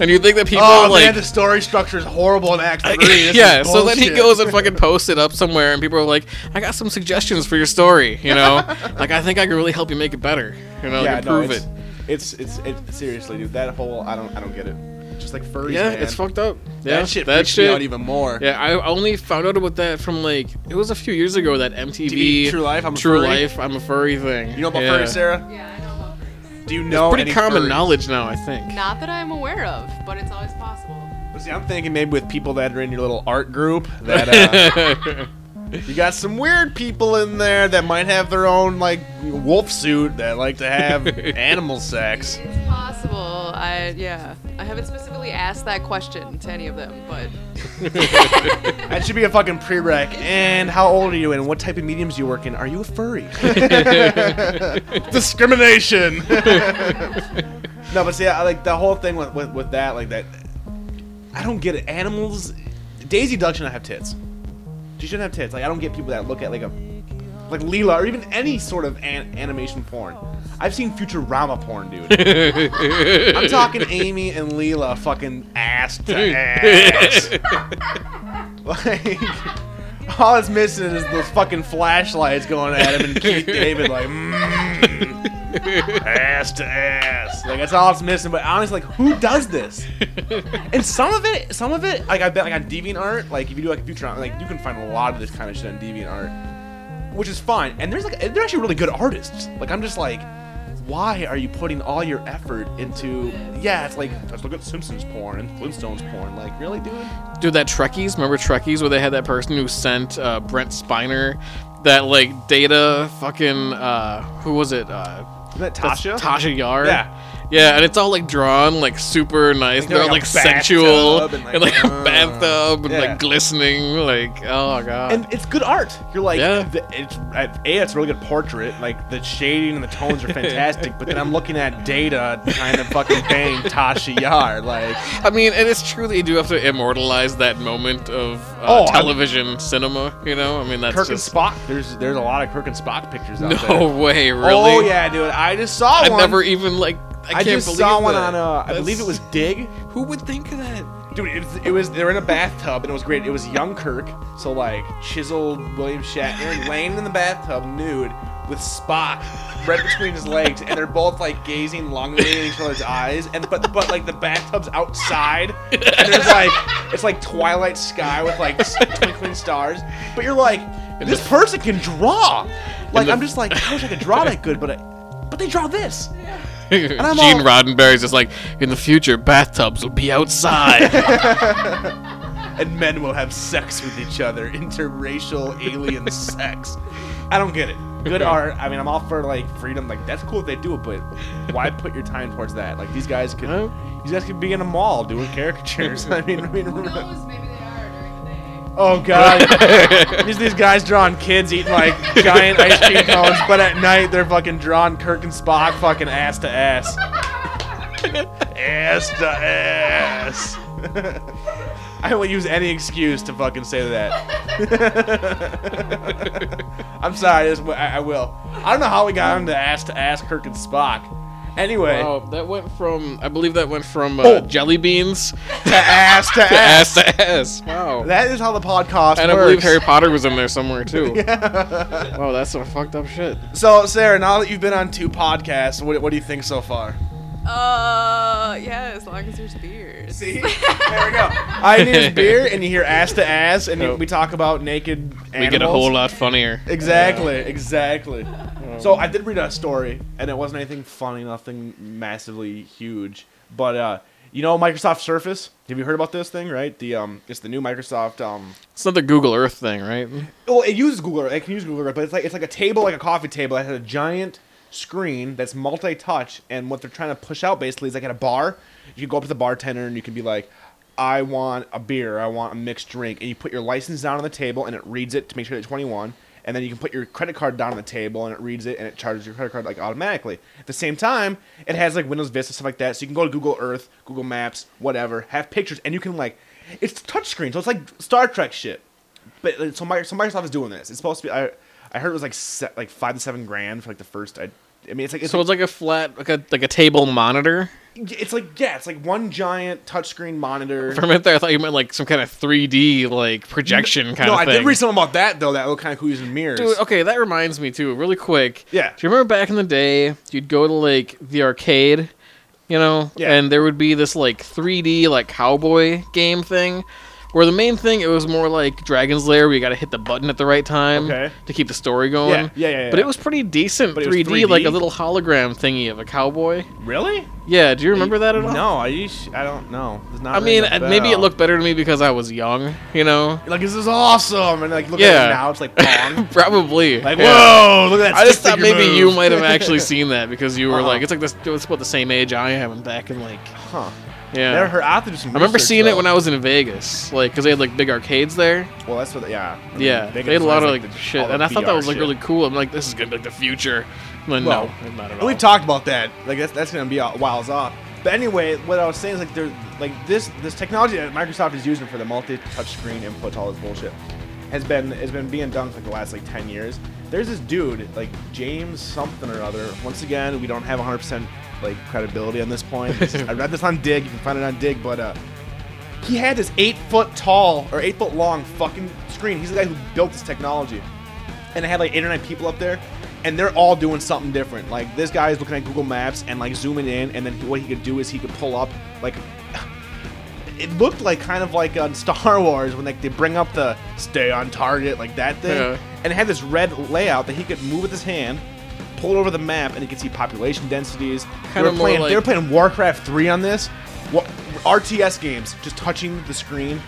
[SPEAKER 3] And you think that people
[SPEAKER 2] Oh
[SPEAKER 3] are like
[SPEAKER 2] man, the story structure is horrible in Act
[SPEAKER 3] <laughs>
[SPEAKER 2] Three. This
[SPEAKER 3] yeah,
[SPEAKER 2] is
[SPEAKER 3] so then he
[SPEAKER 2] bullshit.
[SPEAKER 3] goes and fucking posts it up somewhere, and people are like, "I got some suggestions for your story," you know,
[SPEAKER 2] <laughs>
[SPEAKER 3] like I think I can really help you make it better, you know,
[SPEAKER 2] Yeah,
[SPEAKER 3] like,
[SPEAKER 2] no,
[SPEAKER 3] improve
[SPEAKER 2] it's,
[SPEAKER 3] it.
[SPEAKER 2] It's, it's it's seriously, dude. That whole I don't I don't get it. Just like furries.
[SPEAKER 3] Yeah,
[SPEAKER 2] man.
[SPEAKER 3] it's fucked up. Yeah,
[SPEAKER 2] That shit freaks me out even more.
[SPEAKER 3] yeah, I only found out about that from like it was a few years ago that MTV
[SPEAKER 2] TV True Life, I'm a
[SPEAKER 3] True
[SPEAKER 2] furry?
[SPEAKER 3] Life, I'm a furry thing.
[SPEAKER 2] You know about
[SPEAKER 3] yeah.
[SPEAKER 2] furries, Sarah?
[SPEAKER 4] Yeah, I know about furries.
[SPEAKER 2] Do you know?
[SPEAKER 3] Pretty
[SPEAKER 2] any
[SPEAKER 3] common
[SPEAKER 2] furries?
[SPEAKER 3] knowledge now, I think.
[SPEAKER 4] Not that I'm aware of, but it's always possible.
[SPEAKER 2] See, I'm thinking maybe with people that are in your little art group that uh, you got some weird people in there that might have their own like wolf suit that like to have animal sex.
[SPEAKER 4] It's possible. I yeah. I haven't specifically asked that question to any of them, but
[SPEAKER 2] That should be a fucking prereq. And how old are you and what type of mediums you work in? Are you a furry? Discrimination. no, but see, I, like the whole thing with, with, with that, like that, I don't get it. Animals, Daisy Duck should not have tits. She shouldn't have tits. Like I don't get people that look at like a, like Leela or even any sort of an- animation porn. I've seen Futurama porn, dude. I'm talking Amy and Leela, fucking ass to ass. Like, <laughs> all it's missing is those fucking flashlights going at him and Keith David, like, mm, ass to ass. Like, that's all it's missing. But honestly, like, who does this? And some of it, some of it, like, I bet, like, on DeviantArt, like, if you do, like, a future, like, you can find a lot of this kind of shit on DeviantArt, which is fine. And there's, like, they're actually really good artists. Like, I'm just like, why are you putting all your effort into, yeah, it's like, let's look at Simpsons porn and Flintstones porn. Like, really, dude?
[SPEAKER 3] Dude, that Trekkies, remember Trekkies, where they had that person who sent uh, Brent Spiner that like data fucking uh, who was it? Uh,
[SPEAKER 2] Isn't that
[SPEAKER 3] that's
[SPEAKER 2] Tasha?
[SPEAKER 3] Tasha Yar.
[SPEAKER 2] Yeah.
[SPEAKER 3] Yeah, and it's all like drawn, like super nice. and
[SPEAKER 2] Like,
[SPEAKER 3] They're all
[SPEAKER 2] like
[SPEAKER 3] like
[SPEAKER 2] a
[SPEAKER 3] sensual
[SPEAKER 2] bathtub
[SPEAKER 3] and like a
[SPEAKER 2] uh,
[SPEAKER 3] bathtub and
[SPEAKER 2] yeah.
[SPEAKER 3] like glistening. Like, oh god.
[SPEAKER 2] and it's good art. You're like,
[SPEAKER 3] Yeah.
[SPEAKER 2] the, it's at- a. It's a really good portrait. Like the shading and the tones
[SPEAKER 3] <laughs>
[SPEAKER 2] are fantastic. but then I'm looking at data trying to fucking
[SPEAKER 3] <laughs>
[SPEAKER 2] bang Tasha Yar. Like,
[SPEAKER 3] I mean, and it's true that you do have to immortalize that moment of uh,
[SPEAKER 2] Oh, I-
[SPEAKER 3] television cinema. You know, I mean, that's
[SPEAKER 2] Kirk
[SPEAKER 3] just
[SPEAKER 2] and Spock. There's there's a lot of Kirk and Spock pictures out there.
[SPEAKER 3] <laughs> no way, <laughs> really.
[SPEAKER 2] Oh yeah, dude. I just saw
[SPEAKER 3] I
[SPEAKER 2] one.
[SPEAKER 3] never even like. I,
[SPEAKER 2] I,
[SPEAKER 3] can't
[SPEAKER 2] just
[SPEAKER 3] believe
[SPEAKER 2] saw one on.
[SPEAKER 3] that.
[SPEAKER 2] Uh, I
[SPEAKER 3] That's-
[SPEAKER 2] believe it was Dig.
[SPEAKER 3] Who would think of <laughs> that?
[SPEAKER 2] Dude, it was, it was they were in a bathtub and it was great. It was young Kirk, so like chiseled William Shatner, laying in the bathtub nude, with Spock right between his legs, and they're both like gazing longingly in each other's eyes. And but but like the bathtub's outside, and there's like it's like twilight sky with like s- twinkling stars. But you're like, this
[SPEAKER 3] the-
[SPEAKER 2] person can draw. Like
[SPEAKER 3] the-
[SPEAKER 2] I'm just like, I wish I could draw that good, but I, but they draw this.
[SPEAKER 3] Gene
[SPEAKER 2] I'm all-
[SPEAKER 3] Roddenberry's just like, in the future, bathtubs will be
[SPEAKER 2] <laughs>
[SPEAKER 3] outside.
[SPEAKER 2] and men will have sex with each other, interracial <laughs> alien sex. I don't get it. Good art. I mean, I'm all for like freedom. Like that's cool if they do it, but why put your time towards that? Like these guys could,
[SPEAKER 3] Huh?
[SPEAKER 2] these guys could be in a mall doing <laughs> caricatures. I mean, I mean,
[SPEAKER 4] Who knows? Maybe they are during the day.
[SPEAKER 2] oh god, <laughs> these these guys drawing kids eating like giant ice cream cones, but at night they're fucking drawing Kirk and Spock fucking ass to ass, ass to ass. I will use any excuse to fucking say
[SPEAKER 3] <laughs>
[SPEAKER 2] that. I'm sorry. This, I, I will. I don't know how we got him to ask to ask Kirk and Spock. Anyway,
[SPEAKER 3] oh, that went from, I believe that went from uh,
[SPEAKER 2] Oh. <laughs>
[SPEAKER 3] jelly beans <laughs>
[SPEAKER 2] to ask to
[SPEAKER 3] to
[SPEAKER 2] ask.
[SPEAKER 3] ass to ass. Wow.
[SPEAKER 2] That is how the podcast
[SPEAKER 3] and I believe
[SPEAKER 2] works.
[SPEAKER 3] Harry Potter was in there
[SPEAKER 2] <laughs>
[SPEAKER 3] somewhere, too. Oh, that's some fucked up shit.
[SPEAKER 2] so, Sarah, now that you've been on two podcasts, what, what do you think so far?
[SPEAKER 4] <laughs> Uh, yeah, as long as there's beers.
[SPEAKER 2] See, <laughs> there we go. I need his beer, and you hear ass to ass,
[SPEAKER 3] <laughs>
[SPEAKER 2] and
[SPEAKER 3] Oh.
[SPEAKER 2] we talk about naked.
[SPEAKER 3] We get a whole lot funnier.
[SPEAKER 2] Exactly, exactly. So I did read a story, and it wasn't anything funny, nothing massively huge. But uh, you know, Microsoft Surface. Have you heard about this thing? Right, the um, it's the new Microsoft. Um,
[SPEAKER 3] It's not the Google Earth thing, right?
[SPEAKER 2] well, it uses Google. Earth. It can use Google Earth, but it's like it's like a table, like a coffee table that has a giant screen that's multi-touch, and what they're trying to push out basically is like at a bar, you can go up to the bartender and you can be like. I want a beer. I want a mixed drink. And you put your license down on the table, and it reads it to make sure you're 21. And then you can put your credit card down on the table, and it reads it, and it charges your credit card like automatically. At the same time, it has like Windows Vista stuff like that, so you can go to Google Earth, Google Maps, whatever, have pictures, and you can like, it's touchscreen, so it's like Star Trek shit. But uh, so, Mi- so Microsoft is doing this. It's supposed to be. I, I heard it was like se- like five to seven grand for like the first. I, I mean, it's like it's
[SPEAKER 3] So it's like a flat, like a, like a table monitor. <laughs>
[SPEAKER 2] it's like yeah, it's like one giant touchscreen monitor.
[SPEAKER 3] For a minute there, I thought you meant like some kind of 3D like projection kind
[SPEAKER 2] no,
[SPEAKER 3] of
[SPEAKER 2] I
[SPEAKER 3] thing.
[SPEAKER 2] did read something about that though. That looked kind of cool using mirrors.
[SPEAKER 3] Dude, okay, that reminds me too, really quick.
[SPEAKER 2] Yeah.
[SPEAKER 3] Do you remember back in the day, you'd go to like the arcade, you know,
[SPEAKER 2] Yeah.
[SPEAKER 3] and there would be this like 3D like cowboy game thing, where the main thing it was more like Dragon's Lair, where you got to hit the button at the right time
[SPEAKER 2] Okay.
[SPEAKER 3] to keep the story going.
[SPEAKER 2] Yeah, yeah, yeah,
[SPEAKER 3] But
[SPEAKER 2] yeah.
[SPEAKER 3] it was pretty decent
[SPEAKER 2] But it was
[SPEAKER 3] 3D, like a
[SPEAKER 2] 3D?
[SPEAKER 3] little hologram thingy of a cowboy.
[SPEAKER 2] Really?
[SPEAKER 3] Yeah. Do you remember that at all?
[SPEAKER 2] No, I us- I don't know. It's not.
[SPEAKER 3] I
[SPEAKER 2] ringing
[SPEAKER 3] mean,
[SPEAKER 2] a
[SPEAKER 3] uh, maybe it
[SPEAKER 2] bell.
[SPEAKER 3] looked better to me because I was young, you know.
[SPEAKER 2] like this is awesome, and like look at
[SPEAKER 3] Yeah.
[SPEAKER 2] it now, it's
[SPEAKER 3] <laughs>
[SPEAKER 2] like pong.
[SPEAKER 3] Probably.
[SPEAKER 2] like
[SPEAKER 3] yeah.
[SPEAKER 2] whoa, look at that.
[SPEAKER 3] I just
[SPEAKER 2] stick
[SPEAKER 3] thought
[SPEAKER 2] figure
[SPEAKER 3] maybe
[SPEAKER 2] move.
[SPEAKER 3] you might
[SPEAKER 2] <laughs>
[SPEAKER 3] have actually seen that because you were
[SPEAKER 2] Uh-huh.
[SPEAKER 3] like, it's like this, it's about the same age I am and back in like,
[SPEAKER 2] Huh.
[SPEAKER 3] yeah.
[SPEAKER 2] Never heard. I have to do some.
[SPEAKER 3] I remember seeing it when I was in Vegas, like, because they had like big arcades there.
[SPEAKER 2] Well, that's what. Yeah. I mean,
[SPEAKER 3] yeah,
[SPEAKER 2] Vegas
[SPEAKER 3] they had a lot
[SPEAKER 2] has,
[SPEAKER 3] of like,
[SPEAKER 2] the-
[SPEAKER 3] shit,
[SPEAKER 2] all the
[SPEAKER 3] and I thought that
[SPEAKER 2] VR
[SPEAKER 3] was like
[SPEAKER 2] shit.
[SPEAKER 3] really cool. I'm like, this is gonna be like the future. But
[SPEAKER 2] Well,
[SPEAKER 3] no, not at
[SPEAKER 2] And
[SPEAKER 3] all.
[SPEAKER 2] We've talked about that. Like that's that's gonna be a whiles off. But anyway, what I was saying is like they're like this this technology that Microsoft is using for the multi touch screen inputs, all this bullshit, has been has been being done for like the last like ten years. There's this dude like James something or other. Once again, we don't have 100 percent like credibility on this point.
[SPEAKER 3] <laughs>
[SPEAKER 2] This is- I read this on Dig. You can find it on Dig, but uh, he had this eight foot tall or eight foot long fucking screen. He's the guy who built this technology and I had like eight or nine people up there, and they're all doing something different. Like this guy is looking at Google Maps and like zooming in, and then what he could do is he could pull up like <sighs> it looked like kind of like on Star <laughs> Wars when like they bring up the stay on target like that thing,
[SPEAKER 3] Yeah.
[SPEAKER 2] and it had this red layout that he could move with his hand. Pull over the map and he could see population densities. They
[SPEAKER 3] Kinda
[SPEAKER 2] were,
[SPEAKER 3] more
[SPEAKER 2] playing, they
[SPEAKER 3] like-
[SPEAKER 2] were playing Warcraft 3 on this. Wa- RTS games, just touching the screen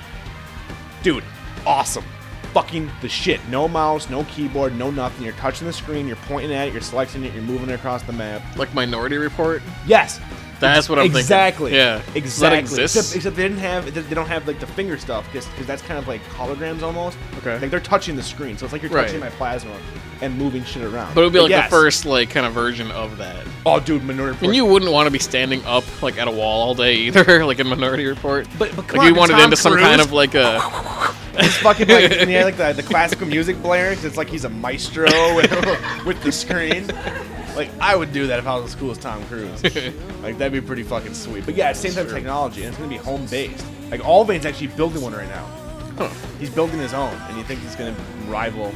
[SPEAKER 2] dude, awesome. Fucking the shit. No mouse, no keyboard, no nothing. You're touching the screen, you're pointing at it, you're selecting it, you're moving it across the map.
[SPEAKER 3] like Minority Report.
[SPEAKER 2] Yes.
[SPEAKER 3] That's what I'm thinking.
[SPEAKER 2] exactly.
[SPEAKER 3] Yeah. Does that
[SPEAKER 2] Exactly.
[SPEAKER 3] exist?
[SPEAKER 2] Except, except they didn't have they don't have like the finger stuff because that's kind of like holograms almost.
[SPEAKER 3] Okay.
[SPEAKER 2] Like they're touching the screen, so it's like you're
[SPEAKER 3] Right.
[SPEAKER 2] touching my plasma and moving shit around.
[SPEAKER 3] But it would be like
[SPEAKER 2] yes.
[SPEAKER 3] the first like kind of version of that.
[SPEAKER 2] Oh, dude, Minority Report.
[SPEAKER 3] And you wouldn't want to be standing up like at a wall all day <laughs> either, like in Minority Report.
[SPEAKER 2] But- but come
[SPEAKER 3] like
[SPEAKER 2] on,
[SPEAKER 3] you
[SPEAKER 2] the
[SPEAKER 3] wanted
[SPEAKER 2] Tom
[SPEAKER 3] into some kind
[SPEAKER 2] Cruise-
[SPEAKER 3] of like a
[SPEAKER 2] <laughs> It's fucking like, and he had, like the, the classical music blaring 'cause it's like he's a maestro <laughs> with, with the screen. Like I would do that if I was as cool as Tom Cruise. Like that'd be pretty fucking sweet. But yeah, it's same type of technology, and it's gonna be home based. Like Allbane's actually building one right now. He's building his own, and he thinks it's gonna rival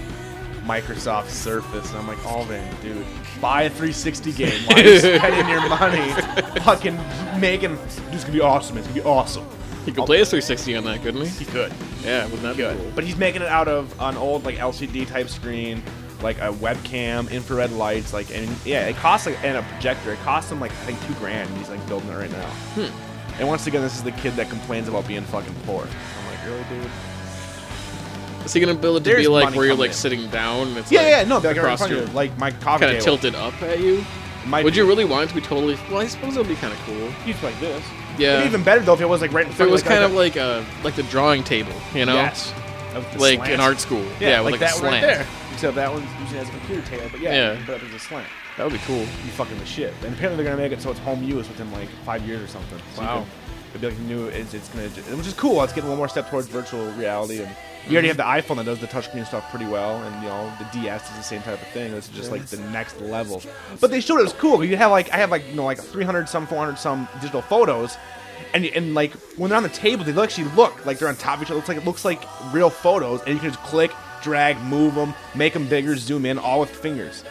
[SPEAKER 2] Microsoft Surface. And I'm like, Alvin, dude, buy a 360 game. Why are you spending your money fucking making? This could be awesome. It's gonna be awesome.
[SPEAKER 3] He could play a 360 on that, couldn't
[SPEAKER 2] He
[SPEAKER 3] he?
[SPEAKER 2] could.
[SPEAKER 3] Yeah, wouldn't that be
[SPEAKER 2] good.
[SPEAKER 3] cool?
[SPEAKER 2] But he's making it out of an old like LCD type screen, like a webcam, infrared lights, like and yeah, it costs like and a projector. It costs him like I think two grand. And he's like building it right now. And once again, this is the kid that complains about being fucking poor. I'm like, really, dude?
[SPEAKER 3] Is he gonna build it to
[SPEAKER 2] There's
[SPEAKER 3] be like
[SPEAKER 2] money
[SPEAKER 3] where you're
[SPEAKER 2] coming
[SPEAKER 3] like
[SPEAKER 2] in.
[SPEAKER 3] sitting down? And it's
[SPEAKER 2] Yeah,
[SPEAKER 3] like
[SPEAKER 2] yeah, no, like,
[SPEAKER 3] across
[SPEAKER 2] across
[SPEAKER 3] your,
[SPEAKER 2] like my coffee
[SPEAKER 3] kind of
[SPEAKER 2] table.
[SPEAKER 3] tilted up at you.
[SPEAKER 2] My-
[SPEAKER 3] Would you really want it to be totally? Well, I suppose it'd be kind of cool.
[SPEAKER 2] You'd like this.
[SPEAKER 3] Yeah.
[SPEAKER 2] It'd be even better though if it was like right in
[SPEAKER 3] If it
[SPEAKER 2] front.
[SPEAKER 3] was
[SPEAKER 2] like,
[SPEAKER 3] kind of
[SPEAKER 2] a-
[SPEAKER 3] like a like the drawing table, you know,
[SPEAKER 2] Yes. Of the
[SPEAKER 3] like
[SPEAKER 2] slant.
[SPEAKER 3] an art school. Yeah, with like,
[SPEAKER 2] that
[SPEAKER 3] a
[SPEAKER 2] one right
[SPEAKER 3] slant.
[SPEAKER 2] there. Except that one's usually has a computer table, but yeah,
[SPEAKER 3] Yeah.
[SPEAKER 2] you can put it up as a slant.
[SPEAKER 3] That would be cool.
[SPEAKER 2] you fucking the shit. And apparently they're gonna make it so it's home use within like five years or something. So you
[SPEAKER 3] Wow.
[SPEAKER 2] can- It'd be like new. It's, it's gonna, ju- which is cool. It's getting one more step towards virtual reality, and you already have the iPhone that does the touchscreen stuff pretty well, and you know the DS is the same type of thing. This is just like the next level. But they showed it was cool. You have like I have like you know like 300 some 400 some digital photos, and and like when they're on the table, they actually look like they're on top of each other. It looks like it looks like real photos, and you can just click, drag, move them, make them bigger, zoom in, all with fingers.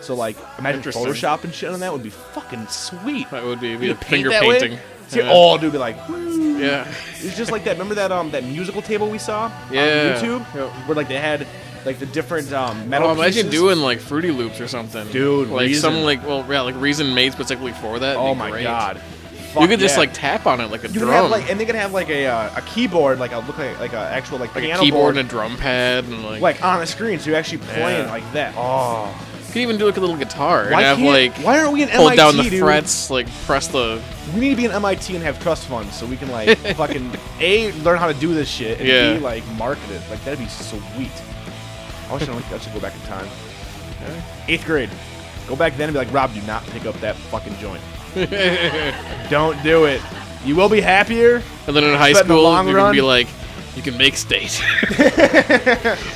[SPEAKER 2] So like, imagine
[SPEAKER 3] Interesting.
[SPEAKER 2] Photoshop and shit on that would be fucking sweet.
[SPEAKER 3] That would be, be
[SPEAKER 2] You
[SPEAKER 3] a
[SPEAKER 2] paint
[SPEAKER 3] finger
[SPEAKER 2] that way? <laughs>
[SPEAKER 3] painting.
[SPEAKER 2] See,
[SPEAKER 3] yeah.
[SPEAKER 2] all dude be like, "Woo."
[SPEAKER 3] yeah.
[SPEAKER 2] it's just like that. Remember that um that musical table we saw on
[SPEAKER 3] Yeah.
[SPEAKER 2] YouTube
[SPEAKER 3] Yep.
[SPEAKER 2] where like they had like the different um metal.
[SPEAKER 3] Oh, imagine
[SPEAKER 2] pieces?
[SPEAKER 3] doing like Fruity Loops or something,
[SPEAKER 2] Dude,
[SPEAKER 3] Like some
[SPEAKER 2] Reason.
[SPEAKER 3] like well, yeah, like Reason made specifically for that.
[SPEAKER 2] Oh
[SPEAKER 3] It'd be
[SPEAKER 2] my
[SPEAKER 3] great.
[SPEAKER 2] god.
[SPEAKER 3] you
[SPEAKER 2] Fuck
[SPEAKER 3] could just
[SPEAKER 2] yeah.
[SPEAKER 3] like tap on it like a
[SPEAKER 2] You could
[SPEAKER 3] drum,
[SPEAKER 2] have like, and they could have like a uh, a keyboard, like a look like like a actual like,
[SPEAKER 3] like a
[SPEAKER 2] piano
[SPEAKER 3] keyboard
[SPEAKER 2] board,
[SPEAKER 3] and a drum pad, and like,
[SPEAKER 2] like on the screen, so you're actually playing
[SPEAKER 3] Yeah.
[SPEAKER 2] like that. Oh,
[SPEAKER 3] you could even do like a little guitar and
[SPEAKER 2] why
[SPEAKER 3] have
[SPEAKER 2] can't,
[SPEAKER 3] like
[SPEAKER 2] why aren't we in
[SPEAKER 3] hold
[SPEAKER 2] MIT,
[SPEAKER 3] down the
[SPEAKER 2] dude?
[SPEAKER 3] frets, like press the
[SPEAKER 2] We need to be in MIT and have trust funds so we can
[SPEAKER 3] <laughs>
[SPEAKER 2] like fucking a learn how to do this shit and
[SPEAKER 3] Yeah.
[SPEAKER 2] b like market it. Like that'd be sweet. I wish I, only, I should go back in time. Eighth grade, go back then and be like, Rob, do not pick up that fucking
[SPEAKER 3] <laughs>
[SPEAKER 2] joint. Don't do it. You will be happier.
[SPEAKER 3] And then in high
[SPEAKER 2] But in the
[SPEAKER 3] school,
[SPEAKER 2] long
[SPEAKER 3] you
[SPEAKER 2] run-
[SPEAKER 3] can be like, you can make state. <laughs>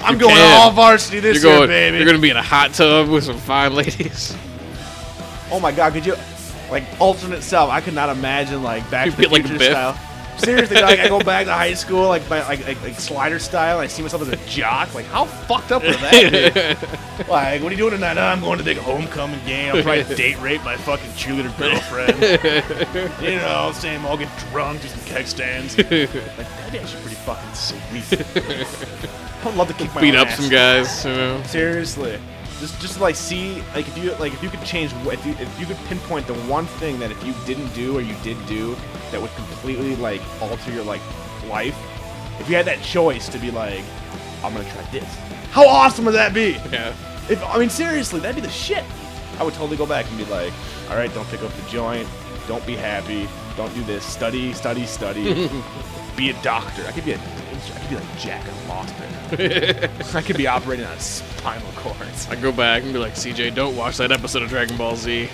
[SPEAKER 2] I'm going
[SPEAKER 3] can.
[SPEAKER 2] all varsity
[SPEAKER 3] you're
[SPEAKER 2] this year,
[SPEAKER 3] going,
[SPEAKER 2] baby.
[SPEAKER 3] you're going to be in a hot tub with some fine ladies.
[SPEAKER 2] <laughs> Oh my god, could you like alternate self? I could not imagine like back
[SPEAKER 3] You
[SPEAKER 2] to the
[SPEAKER 3] get, like,
[SPEAKER 2] future
[SPEAKER 3] Biff.
[SPEAKER 2] style. Seriously, like I go back to high school like by like, like like slider style. And I see myself as a jock. Like how fucked up was that? Dude?
[SPEAKER 3] <laughs>
[SPEAKER 2] like what are you doing tonight? "Oh, I'm going to the homecoming game. I'll probably date rape my fucking cheerleader girlfriend. you know, same. I'll get drunk, do some keg stands. Like that'd be actually pretty fucking sweet.
[SPEAKER 3] <laughs>
[SPEAKER 2] I would love to kick my
[SPEAKER 3] Beat
[SPEAKER 2] own
[SPEAKER 3] up
[SPEAKER 2] ass.
[SPEAKER 3] some guys. You know?
[SPEAKER 2] Seriously, just just like see like if you like if you could change if you, if you could pinpoint the one thing that if you didn't do or you did do that would completely like alter your like life, if you had that choice to be like, I'm gonna try this. How awesome would that be?
[SPEAKER 3] Yeah.
[SPEAKER 2] If I mean seriously, that'd be the shit. I would totally go back and be like, all right, don't pick up the joint, don't be happy, don't do this, study, study, study, be a doctor. I could be a, I could be like Jack and Lost it. I could be operating on spinal cords.
[SPEAKER 3] I go back and be like, CJ, don't watch that episode of Dragon Ball
[SPEAKER 2] <laughs>
[SPEAKER 3] Z.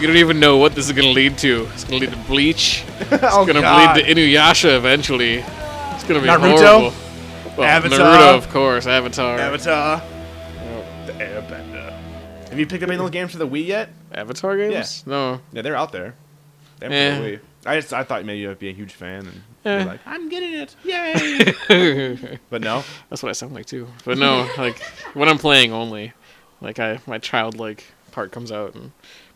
[SPEAKER 3] you don't even know what this is going to lead to. It's going to lead to Bleach.
[SPEAKER 2] It's <laughs> oh
[SPEAKER 3] It's going to lead to Inuyasha eventually. It's going to be
[SPEAKER 2] Naruto?
[SPEAKER 3] horrible. Well,
[SPEAKER 2] Avatar?
[SPEAKER 3] Naruto, of course. Avatar.
[SPEAKER 2] Avatar, the Airbender. Have you picked up any of those games for the Wii yet?
[SPEAKER 3] Avatar games? No.
[SPEAKER 2] Yeah, they're out there. They're
[SPEAKER 3] Eh.
[SPEAKER 2] for the Wii. I just I thought maybe you'd be a huge fan and
[SPEAKER 3] Eh.
[SPEAKER 2] be like, I'm getting it, yay! but no,
[SPEAKER 3] That's what I sound like too. But no, like when I'm playing only, like I my childlike part comes out and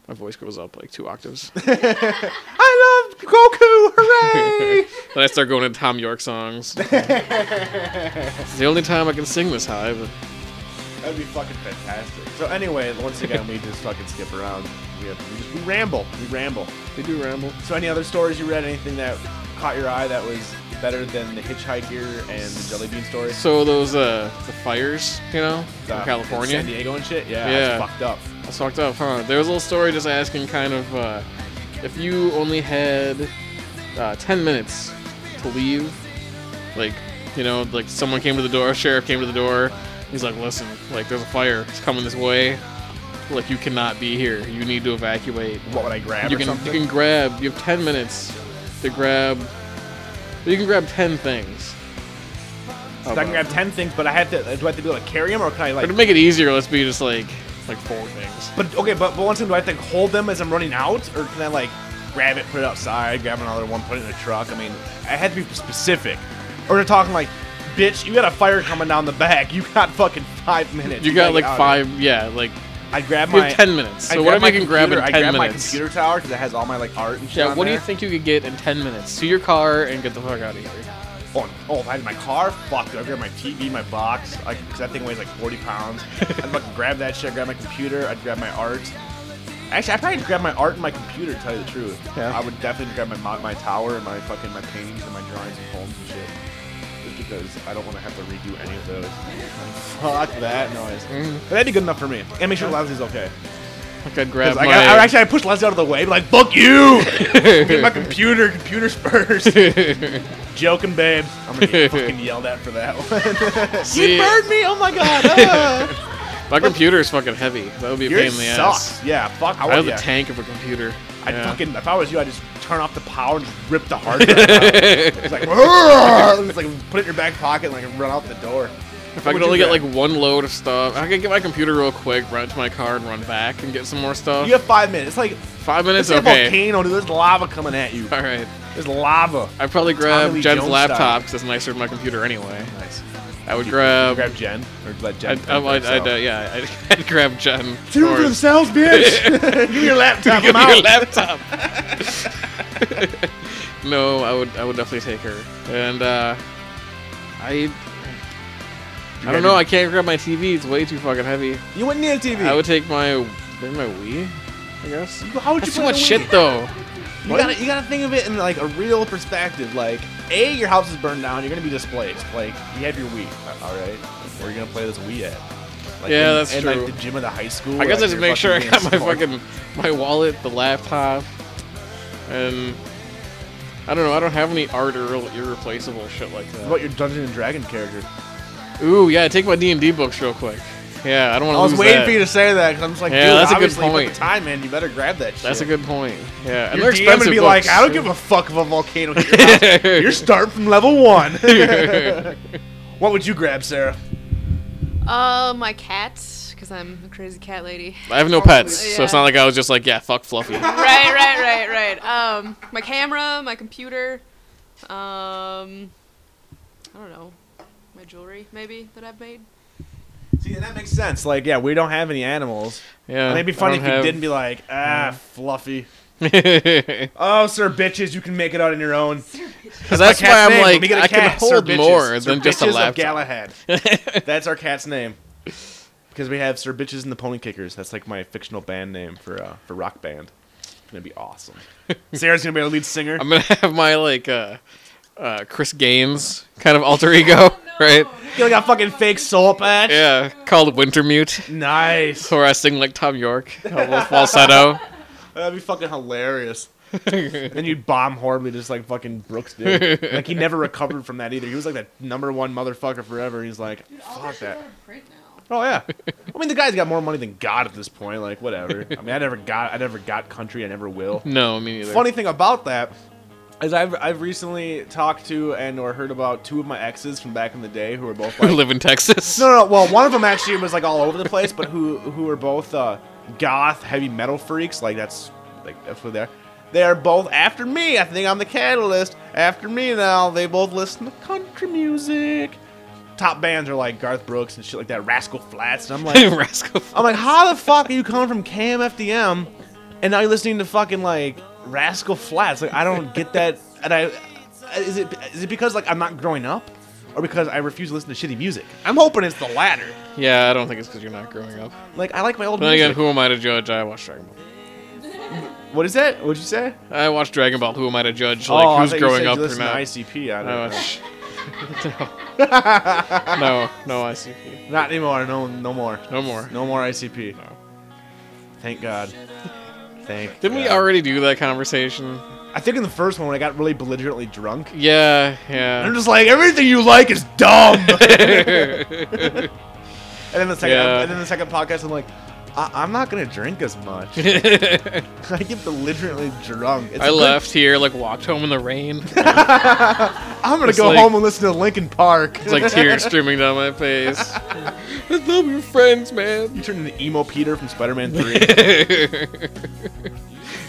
[SPEAKER 3] my voice goes up like two octaves. then
[SPEAKER 2] I love Goku, hooray!
[SPEAKER 3] I start going into Tom York songs. it's the only time I can sing this high. But
[SPEAKER 2] <laughs> That'd be fucking fantastic. So anyway, once again, we just fucking skip around. We have we, just, we ramble, we ramble.
[SPEAKER 3] they do ramble.
[SPEAKER 2] So any other stories you read? Anything that caught your eye that was better than the hitchhiker and the jelly bean story?
[SPEAKER 3] So those uh the fires, you know,
[SPEAKER 2] Uh,
[SPEAKER 3] in California.
[SPEAKER 2] San Diego, and shit. Yeah,
[SPEAKER 3] Yeah.
[SPEAKER 2] that's fucked up.
[SPEAKER 3] That's fucked up, huh? There was a little story just asking kind of uh, if you only had uh, 10 minutes to leave, like, you know, like someone came to the door, sheriff came to the door. He's like, listen, like, there's a fire. It's coming this way. Like, you cannot be here. You need to evacuate.
[SPEAKER 2] What would I grab?
[SPEAKER 3] You
[SPEAKER 2] or
[SPEAKER 3] can, you
[SPEAKER 2] something?
[SPEAKER 3] can grab, you have 10 minutes to grab, you can grab 10 things.
[SPEAKER 2] So I can grab ten things, but I have to. Do I have to be able to carry them, or can I
[SPEAKER 3] Or
[SPEAKER 2] like?
[SPEAKER 3] to make it easier, let's be just like, like four things.
[SPEAKER 2] But okay, but, but once again, do I have to hold them as I'm running out, or can I like grab it, put it outside, grab another one, put it in the truck? I mean, I had to be specific. Or they're talking like, bitch, you got a fire coming down the back. You got fucking five minutes.
[SPEAKER 3] You got
[SPEAKER 2] gotta
[SPEAKER 3] like
[SPEAKER 2] get out of here."
[SPEAKER 3] five, yeah, like
[SPEAKER 2] I grabbed
[SPEAKER 3] you
[SPEAKER 2] my
[SPEAKER 3] have ten minutes.
[SPEAKER 2] I
[SPEAKER 3] So
[SPEAKER 2] grabbed
[SPEAKER 3] whatever
[SPEAKER 2] my
[SPEAKER 3] you can grab in
[SPEAKER 2] computer-
[SPEAKER 3] ten
[SPEAKER 2] I grabbed my
[SPEAKER 3] minutes.
[SPEAKER 2] computer tower because it has all my like art and shit.
[SPEAKER 3] yeah,
[SPEAKER 2] on
[SPEAKER 3] what do you
[SPEAKER 2] there.
[SPEAKER 3] think you could get in ten minutes? To your car and get the fuck out of here.
[SPEAKER 2] Oh, oh, if I had my car, fuck, dude, I grabbed my TV, my box, like, cause that thing weighs like 40
[SPEAKER 3] <laughs>
[SPEAKER 2] pounds. I'd fucking grab that shit, I'd grab my computer, I'd grab my art. Actually, I probably grab my art and my computer, to tell you the truth.
[SPEAKER 3] Yeah.
[SPEAKER 2] I would definitely grab my mo- my tower and my fucking my paintings and my drawings and poems and shit. Just because I don't want to have to redo any of those. Fuck that noise. But that'd be good enough for me. And make sure Leslie's okay.
[SPEAKER 3] Like I'd
[SPEAKER 2] 'Cause,
[SPEAKER 3] grab
[SPEAKER 2] Like,
[SPEAKER 3] my.
[SPEAKER 2] I, I- actually, I pushed Leslie out of the way, be like, fuck
[SPEAKER 3] <laughs>
[SPEAKER 2] you! Get my computer, computers first. Joking, babe. I'm gonna get fucking yelled at for
[SPEAKER 3] <laughs>
[SPEAKER 2] that one.
[SPEAKER 3] See,
[SPEAKER 2] me! Oh my <laughs> god! ah.
[SPEAKER 3] my computer is fucking heavy. That would be a pain
[SPEAKER 2] Yours
[SPEAKER 3] in the
[SPEAKER 2] sucks.
[SPEAKER 3] ass.
[SPEAKER 2] Yeah, fuck. I
[SPEAKER 3] I
[SPEAKER 2] would.
[SPEAKER 3] have
[SPEAKER 2] Yeah.
[SPEAKER 3] a tank of a computer.
[SPEAKER 2] I'd
[SPEAKER 3] Yeah.
[SPEAKER 2] fucking. If I was you, I'd just turn off the power and just rip the hard drive. out.
[SPEAKER 3] <laughs>
[SPEAKER 2] It's like, "Argh!" It's like put it in your back pocket and like run out the door.
[SPEAKER 3] If I could only get like one load of stuff, I could get my computer real quick, run to my car, and run back and get some more stuff.
[SPEAKER 2] You have five minutes. It's like
[SPEAKER 3] Five minutes,
[SPEAKER 2] it's like a
[SPEAKER 3] okay.
[SPEAKER 2] volcano, dude. There's lava coming at you.
[SPEAKER 3] <laughs> All right.
[SPEAKER 2] There's lava.
[SPEAKER 3] I'd probably grab
[SPEAKER 2] Lee
[SPEAKER 3] Jen's
[SPEAKER 2] Jones style.
[SPEAKER 3] laptop because it's nicer than my computer anyway.
[SPEAKER 2] Nice.
[SPEAKER 3] I would grab.
[SPEAKER 2] Grab Jen or let Jen.
[SPEAKER 3] I'd, I'd, I'd, I'd, uh, yeah, I'd, <laughs> I'd grab Jen.
[SPEAKER 2] Two
[SPEAKER 3] or-
[SPEAKER 2] for themselves,
[SPEAKER 3] <laughs>
[SPEAKER 2] bitch. <laughs> Give me your laptop.
[SPEAKER 3] Give
[SPEAKER 2] I'm
[SPEAKER 3] me your
[SPEAKER 2] out. <laughs>
[SPEAKER 3] laptop. <laughs> no, I would I would definitely take her. And uh, I I don't know. I can't grab my TV. It's way too fucking heavy.
[SPEAKER 2] you wouldn't need a TV.
[SPEAKER 3] I would take my maybe my Wii. I guess.
[SPEAKER 2] How would
[SPEAKER 3] That's
[SPEAKER 2] you
[SPEAKER 3] too much
[SPEAKER 2] play the
[SPEAKER 3] shit
[SPEAKER 2] Wii?
[SPEAKER 3] though.
[SPEAKER 2] You gotta, you gotta think of it in like a real perspective. Like, a, your house is burned down. You're gonna be displaced. Like, you have your Wii, uh, all right? Where you gonna play this Wii at? Like,
[SPEAKER 3] Yeah,
[SPEAKER 2] in-
[SPEAKER 3] that's
[SPEAKER 2] in,
[SPEAKER 3] true.
[SPEAKER 2] Like the gym of the high school.
[SPEAKER 3] I guess
[SPEAKER 2] like,
[SPEAKER 3] I just
[SPEAKER 2] you're
[SPEAKER 3] make sure I
[SPEAKER 2] being
[SPEAKER 3] got my
[SPEAKER 2] smart.
[SPEAKER 3] fucking my wallet, the laptop, and I don't know. I don't have any art or real irreplaceable shit like
[SPEAKER 2] What
[SPEAKER 3] that.
[SPEAKER 2] about your Dungeon and Dragon character?
[SPEAKER 3] Ooh, yeah, take my D and D books real quick. Yeah, I don't want to
[SPEAKER 2] I
[SPEAKER 3] lose
[SPEAKER 2] was waiting
[SPEAKER 3] that.
[SPEAKER 2] for you to say that because I'm just like,
[SPEAKER 3] Yeah,
[SPEAKER 2] dude,
[SPEAKER 3] that's a good
[SPEAKER 2] obviously you put
[SPEAKER 3] point.
[SPEAKER 2] the time in. You better grab that. Shit.
[SPEAKER 3] That's a good point. Yeah, and
[SPEAKER 2] Your
[SPEAKER 3] they're
[SPEAKER 2] DM would
[SPEAKER 3] expensive.
[SPEAKER 2] be
[SPEAKER 3] books,
[SPEAKER 2] like, I don't give a fuck if a volcano. hit
[SPEAKER 3] <laughs>
[SPEAKER 2] your house. You're starting from level one. <laughs> what would you grab, Sarah?
[SPEAKER 4] Uh, my cat, because I'm a crazy cat lady.
[SPEAKER 3] I have no pets, so it's
[SPEAKER 4] Yeah.
[SPEAKER 3] not like I was just like, yeah,
[SPEAKER 2] <laughs>
[SPEAKER 3] fuck Fluffy.
[SPEAKER 4] right, right, right, right. Um, my camera, my computer, um, I don't know, my jewelry maybe that I've made.
[SPEAKER 2] See, and that makes sense. Like, yeah, we don't have any animals.
[SPEAKER 3] Yeah,
[SPEAKER 2] And it'd be funny if you didn't be like, ah,
[SPEAKER 3] Mm.
[SPEAKER 2] fluffy.
[SPEAKER 3] <laughs>
[SPEAKER 2] Oh, sir, bitches, you can make it out on your own.
[SPEAKER 3] Because that's
[SPEAKER 2] My
[SPEAKER 3] why
[SPEAKER 2] cat's
[SPEAKER 3] I'm
[SPEAKER 2] name. Let
[SPEAKER 3] like,
[SPEAKER 2] me get a
[SPEAKER 3] I can
[SPEAKER 2] cat, Sir
[SPEAKER 3] hold
[SPEAKER 2] Bitches.
[SPEAKER 3] more
[SPEAKER 2] Sir
[SPEAKER 3] than just a
[SPEAKER 2] Bitches of
[SPEAKER 3] laptop.
[SPEAKER 2] Galahad. That's our cat's name. Because we have Sir Bitches and the Pony Kickers. That's like my fictional band name for uh, for rock band. It's gonna be
[SPEAKER 3] <laughs>
[SPEAKER 2] awesome. Sarah's gonna be our lead singer.
[SPEAKER 3] <laughs> I'm gonna have my like uh, uh, Chris Gaines kind of
[SPEAKER 4] <laughs>
[SPEAKER 3] alter ego,
[SPEAKER 4] Oh,
[SPEAKER 3] <laughs> right?
[SPEAKER 2] You like a fucking fake soul patch.
[SPEAKER 3] Yeah, called Wintermute,
[SPEAKER 2] Nice.
[SPEAKER 3] where I sing like Tom
[SPEAKER 2] <laughs>
[SPEAKER 3] York, a little falsetto.
[SPEAKER 2] That'd be fucking hilarious. and you'd bomb horribly, just like fucking Brooks did. Like he never recovered from that either. He was like that number one motherfucker forever. He's like, fuck that. Oh yeah. I mean, the guy's got more money than God at this point. Like, whatever. I mean, I never got, I never got country. I never will.
[SPEAKER 3] No, me neither.
[SPEAKER 2] Funny thing about that is, I've I've recently talked to and or heard about two of my exes from back in the day who were both
[SPEAKER 3] We
[SPEAKER 2] like,
[SPEAKER 3] live in Texas.
[SPEAKER 2] no, no, no. Well, one of them actually was like all over the place, but who who were both uh, goth heavy metal freaks. Like that's like that's what they're. They are both after me. I think I'm the catalyst. After me now, they both listen to country music. Top bands are like Garth Brooks and shit like that, Rascal Flats, and I'm like,
[SPEAKER 3] <laughs> Rascal.
[SPEAKER 2] I'm like, how the fuck are you coming from KMFDM and now you're listening to fucking like Rascal Flats? Like, I don't get that. And I, is it is it because like I'm not growing up, or because I refuse to listen to shitty music? I'm hoping it's the latter.
[SPEAKER 3] Yeah, I don't think it's because you're not growing up.
[SPEAKER 2] Like, I like my old
[SPEAKER 3] Then
[SPEAKER 2] music.
[SPEAKER 3] again, who am I to judge? I watch Dragon Ball.
[SPEAKER 2] what is that? What'd you say?
[SPEAKER 3] I watch Dragon Ball. Who am I to judge? Like
[SPEAKER 2] oh, I
[SPEAKER 3] who's
[SPEAKER 2] thought you
[SPEAKER 3] growing
[SPEAKER 2] said you
[SPEAKER 3] up or
[SPEAKER 2] listen to
[SPEAKER 3] not? Oh,
[SPEAKER 2] ICP. I don't
[SPEAKER 3] No,
[SPEAKER 2] know.
[SPEAKER 3] sh-
[SPEAKER 2] <laughs>
[SPEAKER 3] no, no, no ICP.
[SPEAKER 2] Not anymore. No, no more.
[SPEAKER 3] No more.
[SPEAKER 2] No more ICP. Thank God. Thank.
[SPEAKER 3] Didn't we
[SPEAKER 2] God.
[SPEAKER 3] already do that conversation?
[SPEAKER 2] I think in the first one when I got really belligerently drunk.
[SPEAKER 3] Yeah,
[SPEAKER 2] I'm
[SPEAKER 3] yeah.
[SPEAKER 2] <laughs> just like everything you like is dumb.
[SPEAKER 3] <laughs>
[SPEAKER 2] and then the second,
[SPEAKER 3] Yeah.
[SPEAKER 2] and then the second podcast, I'm like, I- I'm not gonna drink as much.
[SPEAKER 3] <laughs>
[SPEAKER 2] I get belligerently drunk. It's
[SPEAKER 3] I
[SPEAKER 2] a good-
[SPEAKER 3] left here, like walked home in the rain. It's
[SPEAKER 2] I'm gonna
[SPEAKER 3] It's
[SPEAKER 2] go
[SPEAKER 3] like-
[SPEAKER 2] home and listen to Linkin Park. It's
[SPEAKER 3] like tears streaming down my face. I love your friends,
[SPEAKER 2] <laughs>
[SPEAKER 3] man. <laughs>
[SPEAKER 2] you turned into emo Peter from Spider-Man Three.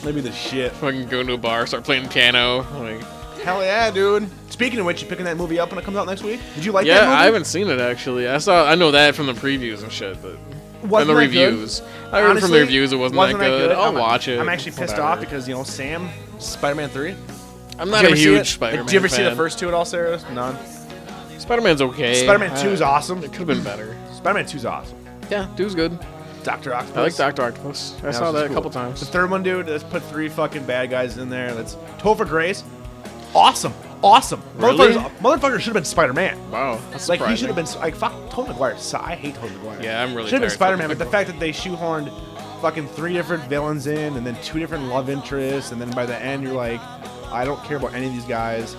[SPEAKER 2] Let me the shit.
[SPEAKER 3] Fucking go into a bar, start playing piano. Like,
[SPEAKER 2] Hell yeah, dude. Speaking of which, you picking that movie up when it comes out next week? Did you like that
[SPEAKER 3] yeah,
[SPEAKER 2] movie?
[SPEAKER 3] I haven't seen it actually. I saw I know that from the previews and shit, but
[SPEAKER 2] Wasn't
[SPEAKER 3] and
[SPEAKER 2] that
[SPEAKER 3] the
[SPEAKER 2] good?
[SPEAKER 3] reviews. I heard from the
[SPEAKER 2] Honestly,
[SPEAKER 3] reviews it wasn't, that good. I'll
[SPEAKER 2] I'm-
[SPEAKER 3] watch it.
[SPEAKER 2] I'm actually pissed
[SPEAKER 3] whatever.
[SPEAKER 2] off because you know Sam, Spider-Man Three.
[SPEAKER 3] I'm
[SPEAKER 2] Did
[SPEAKER 3] not
[SPEAKER 2] you
[SPEAKER 3] a
[SPEAKER 2] ever see
[SPEAKER 3] huge
[SPEAKER 2] it?
[SPEAKER 3] Spider-Man.
[SPEAKER 2] Did you ever see the
[SPEAKER 3] fan.
[SPEAKER 2] first two at all, Sarah? None.
[SPEAKER 3] Spider-Man's okay.
[SPEAKER 2] Spider-Man Two is
[SPEAKER 3] Uh,
[SPEAKER 2] awesome.
[SPEAKER 3] It could have been better.
[SPEAKER 2] Spider-Man Two is awesome.
[SPEAKER 3] Yeah, dude's good.
[SPEAKER 2] Doctor Octopus.
[SPEAKER 3] I like Doctor Octopus. I
[SPEAKER 2] That
[SPEAKER 3] saw
[SPEAKER 2] was
[SPEAKER 3] that a
[SPEAKER 2] cool.
[SPEAKER 3] couple
[SPEAKER 2] The
[SPEAKER 3] times.
[SPEAKER 2] third one, dude. Let's put three fucking bad guys in there. Let's Topher Grace. Awesome. Awesome.
[SPEAKER 3] Really?
[SPEAKER 2] Motherfuckers- Motherfucker should have been Spider-Man.
[SPEAKER 3] Wow, that's
[SPEAKER 2] Like he
[SPEAKER 3] surprising.
[SPEAKER 2] should have been like fuck Tobey Maguire. So, I hate Tobey Maguire.
[SPEAKER 3] Yeah, I'm really
[SPEAKER 2] should have been
[SPEAKER 3] tired of Tobey
[SPEAKER 2] Spider-Man, but the
[SPEAKER 3] Maguire.
[SPEAKER 2] fact that they shoehorned fucking three different villains in, and then two different love interests, and then by the end you're like, I don't care about any of these guys.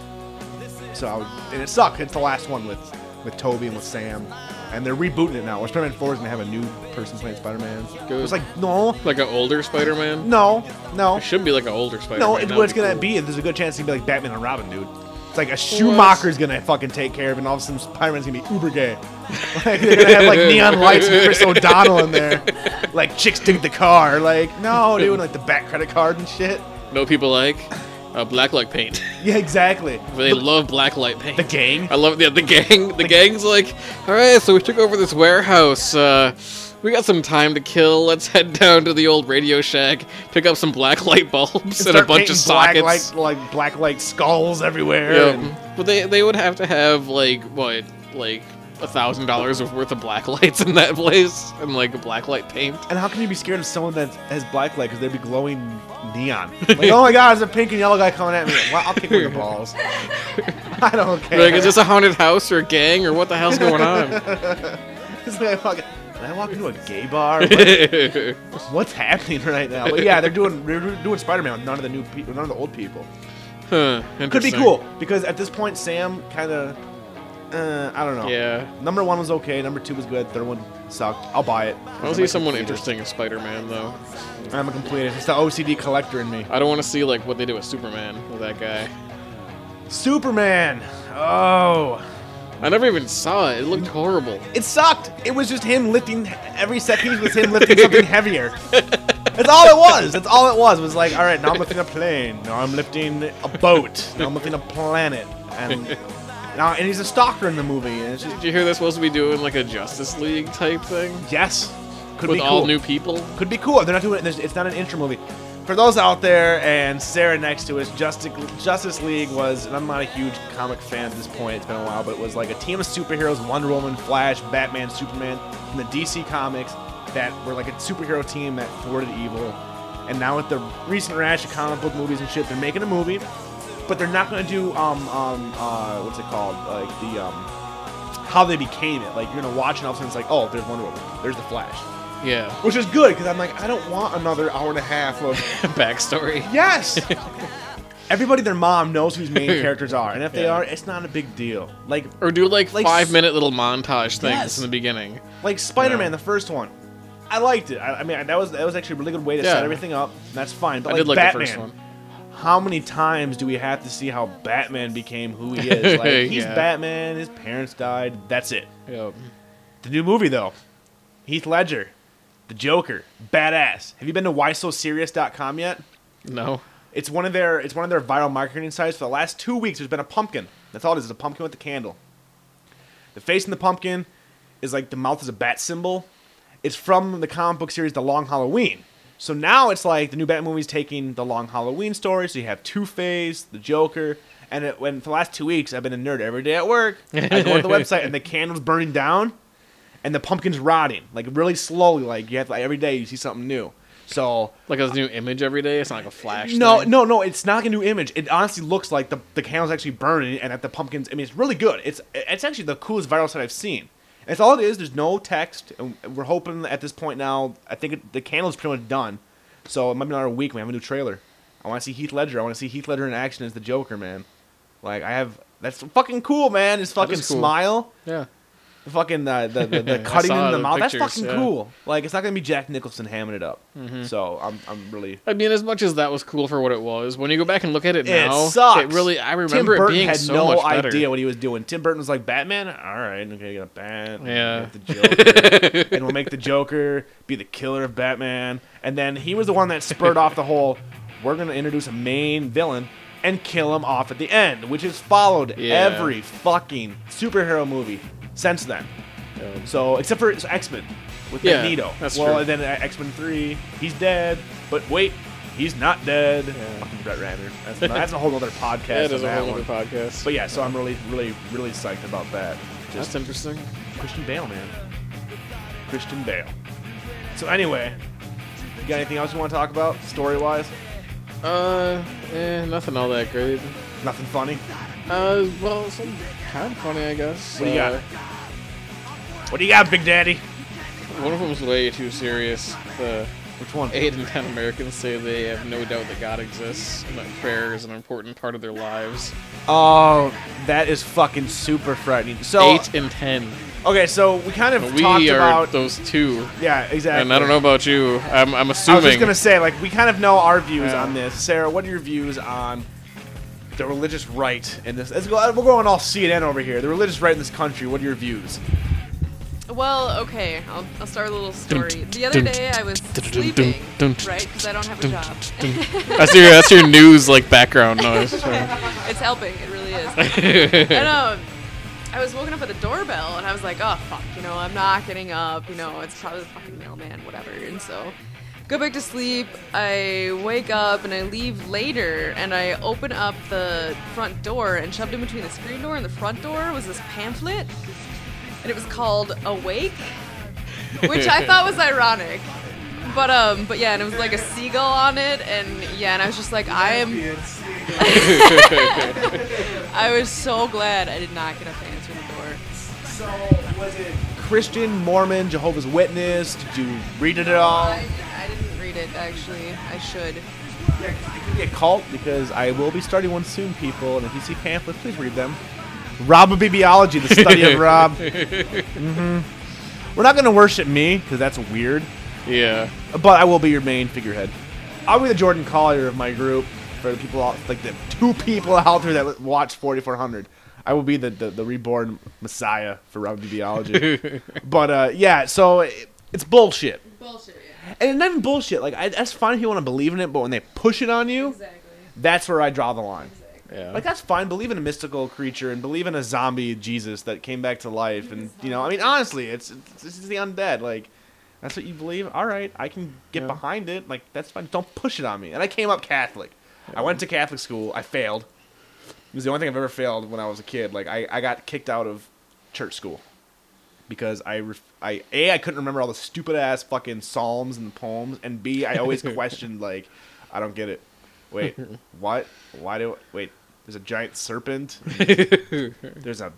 [SPEAKER 2] So I would, and it sucked. It's the last one with with Toby and with Sam, and they're rebooting it now. Where Spider-Man Four is gonna have a new person playing Spider-Man.
[SPEAKER 3] Good.
[SPEAKER 2] It's like no,
[SPEAKER 3] like an older Spider-Man.
[SPEAKER 2] no, no,
[SPEAKER 3] It should be like an older Spider-Man.
[SPEAKER 2] no. It,
[SPEAKER 3] That
[SPEAKER 2] what it's
[SPEAKER 3] would
[SPEAKER 2] gonna
[SPEAKER 3] cool.
[SPEAKER 2] be? There's a good chance it's gonna be like Batman and Robin, dude. It's like a Schumacher's gonna fucking take care of, it, and all of a sudden Spider-Man's gonna be uber
[SPEAKER 3] <laughs>
[SPEAKER 2] gay. Like, they're gonna have like neon lights and Chris O'Donnell in
[SPEAKER 3] <laughs>
[SPEAKER 2] there, like chicks dig the car. Like no, dude, like the back credit card and shit.
[SPEAKER 3] No people like uh, black light paint. <laughs>
[SPEAKER 2] Yeah, exactly.
[SPEAKER 3] they love black light paint.
[SPEAKER 2] The gang.
[SPEAKER 3] I love yeah, the gang. The gang's like, all right, so we took over this warehouse. Uh, we got some time to kill. Let's head down to the old Radio Shack, pick up some black light bulbs and a
[SPEAKER 2] Start
[SPEAKER 3] bunch of
[SPEAKER 2] painting black,
[SPEAKER 3] sockets.
[SPEAKER 2] like like black like skulls everywhere. and-
[SPEAKER 3] Yep. But they they would have to have like what like a thousand dollars worth of black <laughs> lights in that place and like black
[SPEAKER 2] <laughs>
[SPEAKER 3] light paint.
[SPEAKER 2] And how can you be scared of someone that has black light? Because they'd be glowing
[SPEAKER 3] <laughs>
[SPEAKER 2] neon. Like, oh my god, there's a pink and yellow guy coming at me. Well, I'll kick him in the balls. <laughs> I don't care.
[SPEAKER 3] Like, is this a haunted house or a gang or what the hell's going on?
[SPEAKER 2] <laughs>
[SPEAKER 3] <laughs>
[SPEAKER 2] It's like, fuck, did I walk into a gay bar?
[SPEAKER 3] <laughs>
[SPEAKER 2] What- what's happening right now? But yeah, they're doing they're doing Spider-Man with none of the new people, none of the old people.
[SPEAKER 3] huh,
[SPEAKER 2] Could be
[SPEAKER 3] interesting.
[SPEAKER 2] cool because at this point, Sam kind of, uh, I don't know.
[SPEAKER 3] Yeah.
[SPEAKER 2] Number one was okay. Number two was good. Third one sucked. I'll buy it.
[SPEAKER 3] I don't see someone interesting as Spider-Man though.
[SPEAKER 2] I'm a completist. It's the OCD collector in me.
[SPEAKER 3] I don't want to see like what they did with Superman with that guy.
[SPEAKER 2] Superman. Oh.
[SPEAKER 3] I never even saw it. It looked horrible.
[SPEAKER 2] It sucked. It was just him lifting every set piece was him lifting something heavier. That's all it was. That's all it was. It was like, all right, now I'm lifting a plane. Now I'm lifting a boat. Now I'm lifting a planet. And
[SPEAKER 3] <laughs>
[SPEAKER 2] now and he's a stalker in the movie. And it's just
[SPEAKER 3] Did you hear they're supposed to be doing like a Justice League type thing
[SPEAKER 2] yes, could
[SPEAKER 3] with
[SPEAKER 2] be
[SPEAKER 3] all
[SPEAKER 2] cool.
[SPEAKER 3] new people?
[SPEAKER 2] could be cool. They're not doing it. It's not an intro movie. For those out there, and Sarah next to us, Justice Justice League was, and I'm not a huge comic fan at this point. It's been a while, but it was like a team of superheroes: Wonder Woman, Flash, Batman, Superman, from the DC comics that were like a superhero team that thwarted evil. And now with the recent rash of comic book movies and shit, they're making a movie, but they're not going to do um um uh what's it called like the um how they became it. Like you're gonna watch and all of a sudden it's like oh there's Wonder Woman, there's the Flash,
[SPEAKER 3] Yeah, <laughs>
[SPEAKER 2] which is good because I'm like, I don't want another hour and a half of
[SPEAKER 3] backstory.
[SPEAKER 2] yes. Everybody, their mom knows whose
[SPEAKER 3] <laughs>
[SPEAKER 2] main characters are, and if they
[SPEAKER 3] Yeah.
[SPEAKER 2] are, it's not a big deal. Like
[SPEAKER 3] Or do like,
[SPEAKER 2] Like
[SPEAKER 3] five
[SPEAKER 2] s-
[SPEAKER 3] minute little montage things
[SPEAKER 2] Yes.
[SPEAKER 3] in the beginning.
[SPEAKER 2] like Spider-Man,
[SPEAKER 3] No.
[SPEAKER 2] the first one, I liked it. I, I mean, that was that was actually a really good way to
[SPEAKER 3] Yeah.
[SPEAKER 2] set everything up. and that's fine. But
[SPEAKER 3] I
[SPEAKER 2] like,
[SPEAKER 3] did like
[SPEAKER 2] Batman,
[SPEAKER 3] the first one.
[SPEAKER 2] how many times do we have to see how Batman became who he is?
[SPEAKER 3] <laughs>
[SPEAKER 2] Like he's
[SPEAKER 3] Yeah.
[SPEAKER 2] Batman. His parents died. That's it.
[SPEAKER 3] Yep.
[SPEAKER 2] The new movie though, Heath Ledger, the Joker, badass. Have you been to WhySoSerious.com yet?
[SPEAKER 3] No.
[SPEAKER 2] It's one of their it's one of their viral marketing sites. For the last two weeks, there's been a pumpkin. That's all it is. It's a pumpkin with a candle. The face in the pumpkin is like the mouth is a bat symbol. It's from the comic book series The Long Halloween. So now it's like the new Batman movie's taking the Long Halloween story. So you have Two Face, the Joker, and it, when for the last two weeks I've been a nerd every day at work. I go to the website and the candle's burning down, and the pumpkin's rotting like really slowly. Like you have like every day you see something new. So
[SPEAKER 3] Like a new image every day. It's not like a flash.
[SPEAKER 2] no,
[SPEAKER 3] thing.
[SPEAKER 2] no, no. It's not like a new image. It honestly looks like the the candle's actually burning, and that the pumpkins. I mean, it's really good. It's it's actually the coolest viral site I've seen. It's all it is. There's no text, and we're hoping at this point now. I think it, the candle's pretty much done, so it might be another week. We have a new trailer. I want to see Heath Ledger. I want to see Heath Ledger in action as the Joker, man. Like I have. That's fucking cool, man. His fucking
[SPEAKER 3] is cool.
[SPEAKER 2] smile,
[SPEAKER 3] Yeah.
[SPEAKER 2] the fucking uh, the
[SPEAKER 3] <laughs>
[SPEAKER 2] the, the
[SPEAKER 3] I
[SPEAKER 2] cutting
[SPEAKER 3] saw
[SPEAKER 2] in the
[SPEAKER 3] the
[SPEAKER 2] mouth. that's
[SPEAKER 3] pictures,
[SPEAKER 2] fucking
[SPEAKER 3] yeah. Mm-hmm.
[SPEAKER 2] cool. Like it's not gonna be Jack Nicholson hamming it up. So I'm I'm really
[SPEAKER 3] I mean, as much as that was cool for what it was, when you go back and look at it
[SPEAKER 2] It
[SPEAKER 3] now,
[SPEAKER 2] sucks.
[SPEAKER 3] it really. I remember
[SPEAKER 2] Tim Burton
[SPEAKER 3] it being
[SPEAKER 2] had
[SPEAKER 3] so
[SPEAKER 2] no
[SPEAKER 3] much better.
[SPEAKER 2] idea what he was doing. Tim Burton was like Batman. All right, okay, get a bat.
[SPEAKER 3] Yeah.
[SPEAKER 2] make the Joker, and we'll make the Joker be the killer of Batman. And then he was the one that spurred off the whole. We're gonna introduce a main villain and kill him off at the end, which has followed
[SPEAKER 3] Yeah.
[SPEAKER 2] every fucking superhero movie since then. So except for X Men with
[SPEAKER 3] Yeah,
[SPEAKER 2] Magneto.
[SPEAKER 3] that's
[SPEAKER 2] well,
[SPEAKER 3] true.
[SPEAKER 2] and then X Men Three, he's dead. But wait, he's not dead. Fucking Brett Ratner.
[SPEAKER 3] <laughs>
[SPEAKER 2] That's, that's a whole other podcast.
[SPEAKER 3] That is
[SPEAKER 2] on
[SPEAKER 3] a whole
[SPEAKER 2] one.
[SPEAKER 3] other podcast.
[SPEAKER 2] But yeah, so I'm really, really, really psyched about that.
[SPEAKER 3] That's interesting.
[SPEAKER 2] Christian Bale, man. Christian Bale. So anyway, you got anything else you want to talk about story wise?
[SPEAKER 3] Uh, eh, nothing all that great.
[SPEAKER 2] Nothing funny.
[SPEAKER 3] Uh, well, it's kind of funny, I guess.
[SPEAKER 2] What do you got?
[SPEAKER 3] Uh,
[SPEAKER 2] What do you got, Big Daddy?
[SPEAKER 3] One of them was way too serious. The
[SPEAKER 2] Which one?
[SPEAKER 3] eight in ten Americans say they have no doubt that God exists and that prayer is an important part of their lives.
[SPEAKER 2] Oh, that is fucking super frightening. So
[SPEAKER 3] eight in ten.
[SPEAKER 2] okay, so we kind of
[SPEAKER 3] We
[SPEAKER 2] talked
[SPEAKER 3] are
[SPEAKER 2] about.
[SPEAKER 3] those two.
[SPEAKER 2] yeah, exactly.
[SPEAKER 3] And I don't know about you. I'm, I'm
[SPEAKER 2] I
[SPEAKER 3] assuming.
[SPEAKER 2] was just gonna say, like, we kind of know our views
[SPEAKER 3] Yeah.
[SPEAKER 2] on this. Sarah, what are your views on the religious right in this? Let's go. We're going all CNN over here. The religious right in this country. What are your views?
[SPEAKER 4] Well, okay, I'll, I'll start with a little story. The other day I was sleeping, right? Because I don't have a job.
[SPEAKER 3] that's your
[SPEAKER 2] <laughs>
[SPEAKER 3] that's your news like background noise.
[SPEAKER 4] it's helping, it really is.
[SPEAKER 3] yeah,
[SPEAKER 4] And um, I was woken up at the doorbell, and I was like, oh fuck, you know, I'm not getting up. You know, it's probably the fucking mailman, whatever. And so, go back to sleep. I wake up and I leave later, and I open up the front door, and shoved in between the screen door and the front door was this pamphlet, and it was called "Awake," which I thought was ironic. But um, but yeah, and it was like a seagull on it, and yeah, and I was just like, I am I was so glad I did not get up to answer the door.
[SPEAKER 2] So was it Christian, Mormon, Jehovah's Witness? Did you read it at all?
[SPEAKER 4] I, I didn't read it actually. I should.
[SPEAKER 2] It could be a cult because I will be starting one soon, people. And if you see pamphlets, please read them. Rob of Bibiology, the study of Rob. hmm We're not going to worship me because that's weird, but I will be your main figurehead. I'll be the Jordan Collier of my group for the people, out, like the two people out there that watch 4400. I will be the, the, the reborn messiah for Rob of Bibiology. but uh, yeah, so it, it's bullshit.
[SPEAKER 4] Bullshit. Yeah.
[SPEAKER 2] And it's not even bullshit. Like, I, that's fine if you want to believe in it, but when they push it on you,
[SPEAKER 4] Exactly.
[SPEAKER 2] that's where I draw the line.
[SPEAKER 3] yeah.
[SPEAKER 2] Like that's fine. Believe in a mystical creature and believe in a zombie Jesus that came back to life, and you know, I mean, honestly, it's, it's this is the undead. Like, that's what you believe. All right, I can get
[SPEAKER 3] Yeah.
[SPEAKER 2] behind it. Like that's fine. Don't push it on me. And I came up Catholic. I went to Catholic school. I failed. It was the only thing I've ever failed when I was a kid. Like I, I got kicked out of church school because I, ref- I a I couldn't remember all the stupid ass fucking psalms and poems, and b I
[SPEAKER 3] <laughs>
[SPEAKER 2] always questioned like, I don't get it. <laughs> Wait, what? Why do wait? There's a giant serpent. <laughs> There's a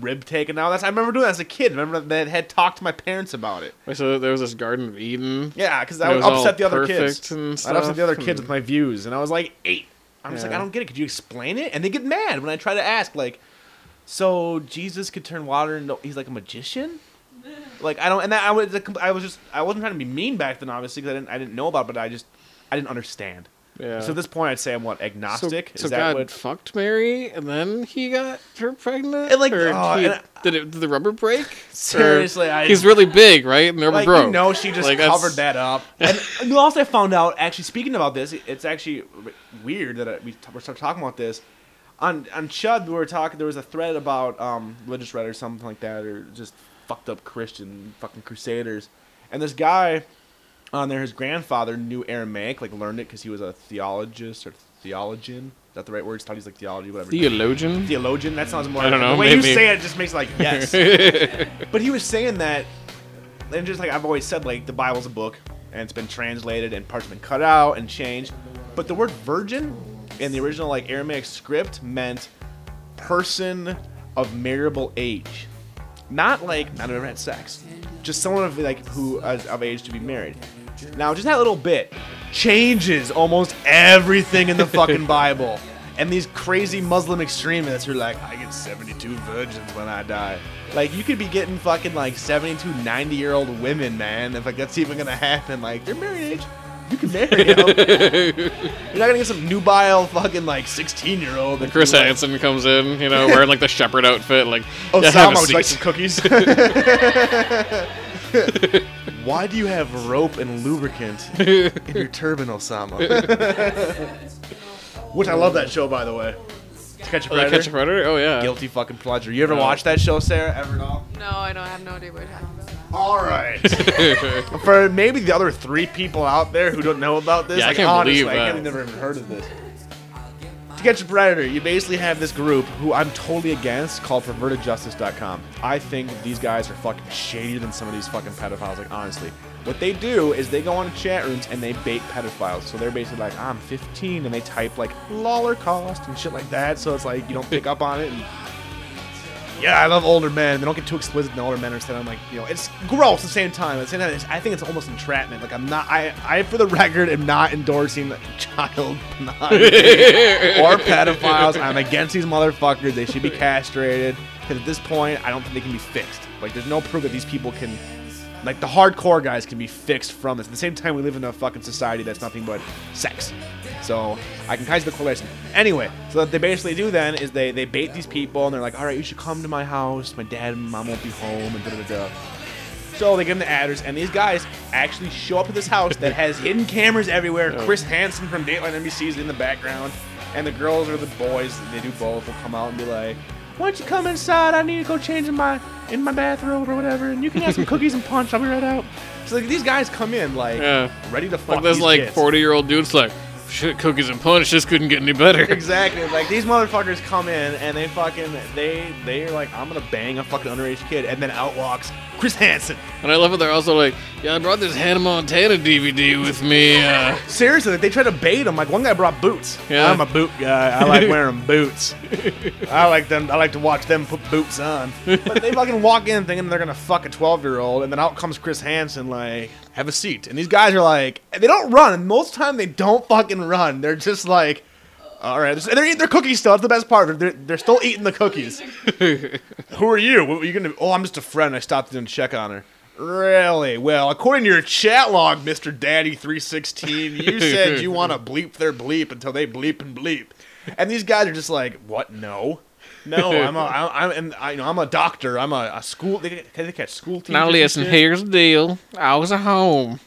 [SPEAKER 2] rib taken out. That's I remember doing that as a kid. Remember that had talked to my parents about it.
[SPEAKER 3] Wait, so there was this Garden of Eden.
[SPEAKER 2] Yeah, because I
[SPEAKER 3] It
[SPEAKER 2] would
[SPEAKER 3] was all
[SPEAKER 2] upset the other kids.
[SPEAKER 3] perfect and
[SPEAKER 2] I'd upset the other
[SPEAKER 3] stuff,
[SPEAKER 2] kids with
[SPEAKER 3] and-
[SPEAKER 2] my views, and I was like eight. I'm just like,
[SPEAKER 3] Yeah.
[SPEAKER 2] I don't get it. Could you explain it? And they get mad when I try to ask, like, so Jesus could turn water into he's like a <laughs> magician. Like I don't, and that, I was, I was just, I wasn't trying to be mean back then, obviously, because I didn't, I didn't know about, it, but I just, I didn't understand.
[SPEAKER 3] Yeah.
[SPEAKER 2] So at this point, I'd say I'm what
[SPEAKER 3] So-
[SPEAKER 2] agnostic.
[SPEAKER 3] So,
[SPEAKER 2] Is that
[SPEAKER 3] God
[SPEAKER 2] what?
[SPEAKER 3] fucked Mary, and then he got her pregnant.
[SPEAKER 2] And, like,
[SPEAKER 3] Or
[SPEAKER 2] oh,
[SPEAKER 3] he-
[SPEAKER 2] and I-
[SPEAKER 3] did, it, did the
[SPEAKER 2] <laughs>
[SPEAKER 3] rubber break?
[SPEAKER 2] Seriously,
[SPEAKER 3] Or-
[SPEAKER 2] I-
[SPEAKER 3] he's really big, right? And the rubber
[SPEAKER 2] Like
[SPEAKER 3] broke.
[SPEAKER 2] you know, she just
[SPEAKER 3] Like, that's-
[SPEAKER 2] covered that up. <laughs> And you know, also, I found out actually speaking about this, it's actually r- weird that I, we t- we're start talking about this. On on Chud, we were talking. There was a thread about um, religious right or something like that, or just fucked up Christian fucking crusaders. And this guy on there, his grandfather knew Aramaic, like learned it because he was a theologist or theologian. Is that the right word? Studies like theology, whatever
[SPEAKER 3] Theologian.
[SPEAKER 2] theologian. That sounds more.
[SPEAKER 3] I don't know,
[SPEAKER 2] The way
[SPEAKER 3] maybe.
[SPEAKER 2] you say it just makes it
[SPEAKER 3] <laughs>
[SPEAKER 2] like yes. but he was saying that, and just like I've always said, like the Bible's a book, and it's been translated, and parts have been cut out and changed. But the word virgin in the original like Aramaic script meant person of marriable age, not like not ever had sex, just someone of like who is of age to be married. Now, just that little bit changes almost everything in the fucking Bible. And these crazy Muslim extremists who are like, I get 72 virgins when I die. Like, you could be getting fucking like 72, 90 year old women, man. If like that's even gonna happen, like, they're married age. You can marry them. You're not gonna get some nubile fucking like 16 year old.
[SPEAKER 3] Chris Hansen comes in, you know, wearing like the shepherd outfit, like
[SPEAKER 2] Oh,
[SPEAKER 3] yeah,
[SPEAKER 2] Sam,
[SPEAKER 3] have
[SPEAKER 2] I
[SPEAKER 3] a
[SPEAKER 2] would like some
[SPEAKER 3] seat.
[SPEAKER 2] cookies. Why do you have rope and lubricant in your turban, Osama? <laughs> Which I love that show, by the way. To catch a
[SPEAKER 3] Oh, the
[SPEAKER 2] predator.
[SPEAKER 3] Catch a Predator? Oh, yeah.
[SPEAKER 2] Guilty fucking pleasure. You ever
[SPEAKER 3] No.
[SPEAKER 2] watch that show, Sarah? Ever at all?
[SPEAKER 4] No, I don't I have no idea what you're talking about.
[SPEAKER 2] All right. <laughs> For maybe the other three people out there who don't know about this,
[SPEAKER 3] Yeah, I
[SPEAKER 2] like,
[SPEAKER 3] can't
[SPEAKER 2] honestly,
[SPEAKER 3] believe uh,
[SPEAKER 2] I
[SPEAKER 3] that.
[SPEAKER 2] can't, I've never even heard of this. To catch a predator, you basically have this group who I'm totally against called pervertedjustice.com. I think these guys are fucking shadier than some of these fucking pedophiles, like honestly. What they do is they go on chat rooms and they bait pedophiles. So they're basically like, I'm 15, and they type like loller cost and shit like that. So it's like you don't pick up on it. And yeah, I love older men. They don't get too explicit in the older men instead. I'm like, you know, it's gross at the same time. At the same time, it's, I think it's almost entrapment. Like I'm not, I, I for the record, am not endorsing <laughs> child pornography <laughs> or pedophiles. I'm against these motherfuckers. They should be castrated. Because at this point, I don't think they can be fixed. Like, there's no proof that these people can, like, the hardcore guys can be fixed from this. At the same time, we live in a fucking society that's nothing but sex. So I can kind of see the correlation. Anyway, so what they basically do then is they, they bait these people and they're like, all right, you should come to my house. My dad and mom won't be home and da da da. da. So they give them the adders, and these guys actually show up at this house that has hidden cameras everywhere.
[SPEAKER 3] Oh.
[SPEAKER 2] Chris Hansen from Dateline NBC is in the background, and the girls or the boys, they do both, will come out and be like, "Why don't you come inside? I need to go change in my in my bathrobe or whatever, and you can have
[SPEAKER 3] <laughs>
[SPEAKER 2] some cookies and punch. I'll be right out." So like these guys come in like
[SPEAKER 3] Yeah.
[SPEAKER 2] ready to fuck
[SPEAKER 3] Like, this
[SPEAKER 2] these
[SPEAKER 3] like
[SPEAKER 2] kids.
[SPEAKER 3] 40 year old dude's like, shit, cookies and punch, this couldn't get any better.
[SPEAKER 2] Exactly. Like these motherfuckers come in and they fucking they they're like, I'm gonna bang a fucking underage kid, and then out walks Chris Hansen.
[SPEAKER 3] And I love it. They're also like, yeah, I brought this Hannah Montana DVD with me. Uh,
[SPEAKER 2] Seriously, like, they try to bait him. Like one guy brought boots.
[SPEAKER 3] Yeah.
[SPEAKER 2] I'm a boot guy. I like wearing boots. I like them. I like to watch them put boots on. But they fucking walk in thinking they're gonna fuck a 12 year old, and then out comes Chris Hansen like, "Have a seat." And these guys are like, they don't run. And most of the time they don't fucking run. They're just like. All right, and they're eating their cookies still. That's the best part. They're, they're still eating the
[SPEAKER 3] <laughs>
[SPEAKER 2] cookies. Who are you? What were you gonna? Oh, I'm just a friend. I stopped in to check on her. Really? Well, according to your chat log, Mister Daddy three sixteen, you said you want to bleep their bleep until they bleep and bleep, and these guys are just like, what? No, no. I'm a,
[SPEAKER 3] <laughs>
[SPEAKER 2] I'm, I'm, I, you know, I'm a doctor. I'm a, a school. They, they catch school teachers.
[SPEAKER 3] Now
[SPEAKER 2] and
[SPEAKER 3] listen,
[SPEAKER 2] shit.
[SPEAKER 3] here's the deal. I was at home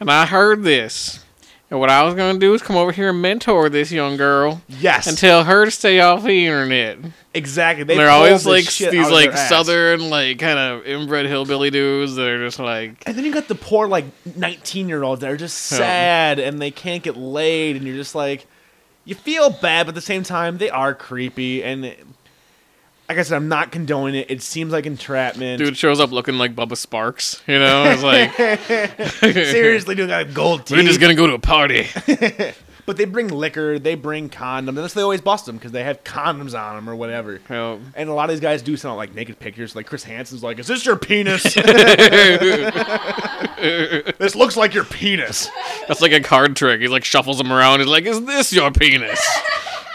[SPEAKER 3] and I heard this. And what I was gonna do is come over here and mentor this young girl
[SPEAKER 2] Yes,
[SPEAKER 3] and tell her to stay off the internet.
[SPEAKER 2] exactly. They
[SPEAKER 3] They're
[SPEAKER 2] pull
[SPEAKER 3] always
[SPEAKER 2] this
[SPEAKER 3] like
[SPEAKER 2] shit out
[SPEAKER 3] these
[SPEAKER 2] of
[SPEAKER 3] like
[SPEAKER 2] their ass.
[SPEAKER 3] southern like kind of inbred hillbilly dudes that are just like
[SPEAKER 2] And then you got the poor like nineteen year olds that are just
[SPEAKER 3] Yeah.
[SPEAKER 2] sad and they can't get laid, and you're just like, you feel bad, but at the same time they are creepy. And it- like I said, I'm not condoning it. It seems like entrapment.
[SPEAKER 3] dude shows up looking like Bubba Sparks. You know, it's like
[SPEAKER 2] <laughs> seriously, dude, got gold teeth.
[SPEAKER 3] we're just gonna go to a
[SPEAKER 2] <laughs>
[SPEAKER 3] party.
[SPEAKER 2] but they bring liquor, they bring condoms. That's they always bust them because they have condoms on them or whatever.
[SPEAKER 3] Yeah.
[SPEAKER 2] And a lot of these guys do send out like naked pictures. Like Chris Hansen's like, "Is this your
[SPEAKER 3] <laughs>
[SPEAKER 2] penis? <laughs> this looks like your penis."
[SPEAKER 3] That's like a card trick. He like shuffles them around. He's like, "Is this your
[SPEAKER 2] <laughs>
[SPEAKER 3] penis?"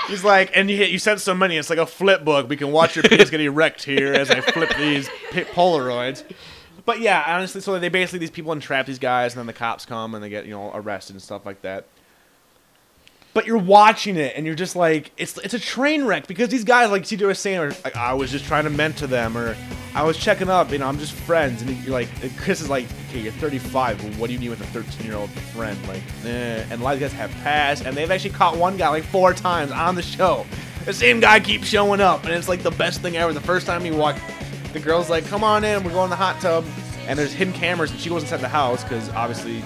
[SPEAKER 2] He's like, and you, you sent so many, it's like a flip book. We can watch your penis get erect here as I flip these pi Polaroids. But yeah, honestly, so they basically these people entrap these guys, and then the cops come and they get you know arrested and stuff like that. But you're watching it, and you're just like, it's it's a train wreck because these guys, like CJ was saying, are like I was just trying to mentor them, or I was checking up, you know, I'm just friends, and you're like, and Chris is like, okay, you're 35, well, what do you need with a 13 year old friend? Like, eh. and a lot of these guys have passed, and they've actually caught one guy like four times on the show. The same guy keeps showing up, and it's like the best thing ever. The first time he walked, the girl's like, "Come on in, we're going to the hot tub." And there's hidden cameras, and she goes inside the house because obviously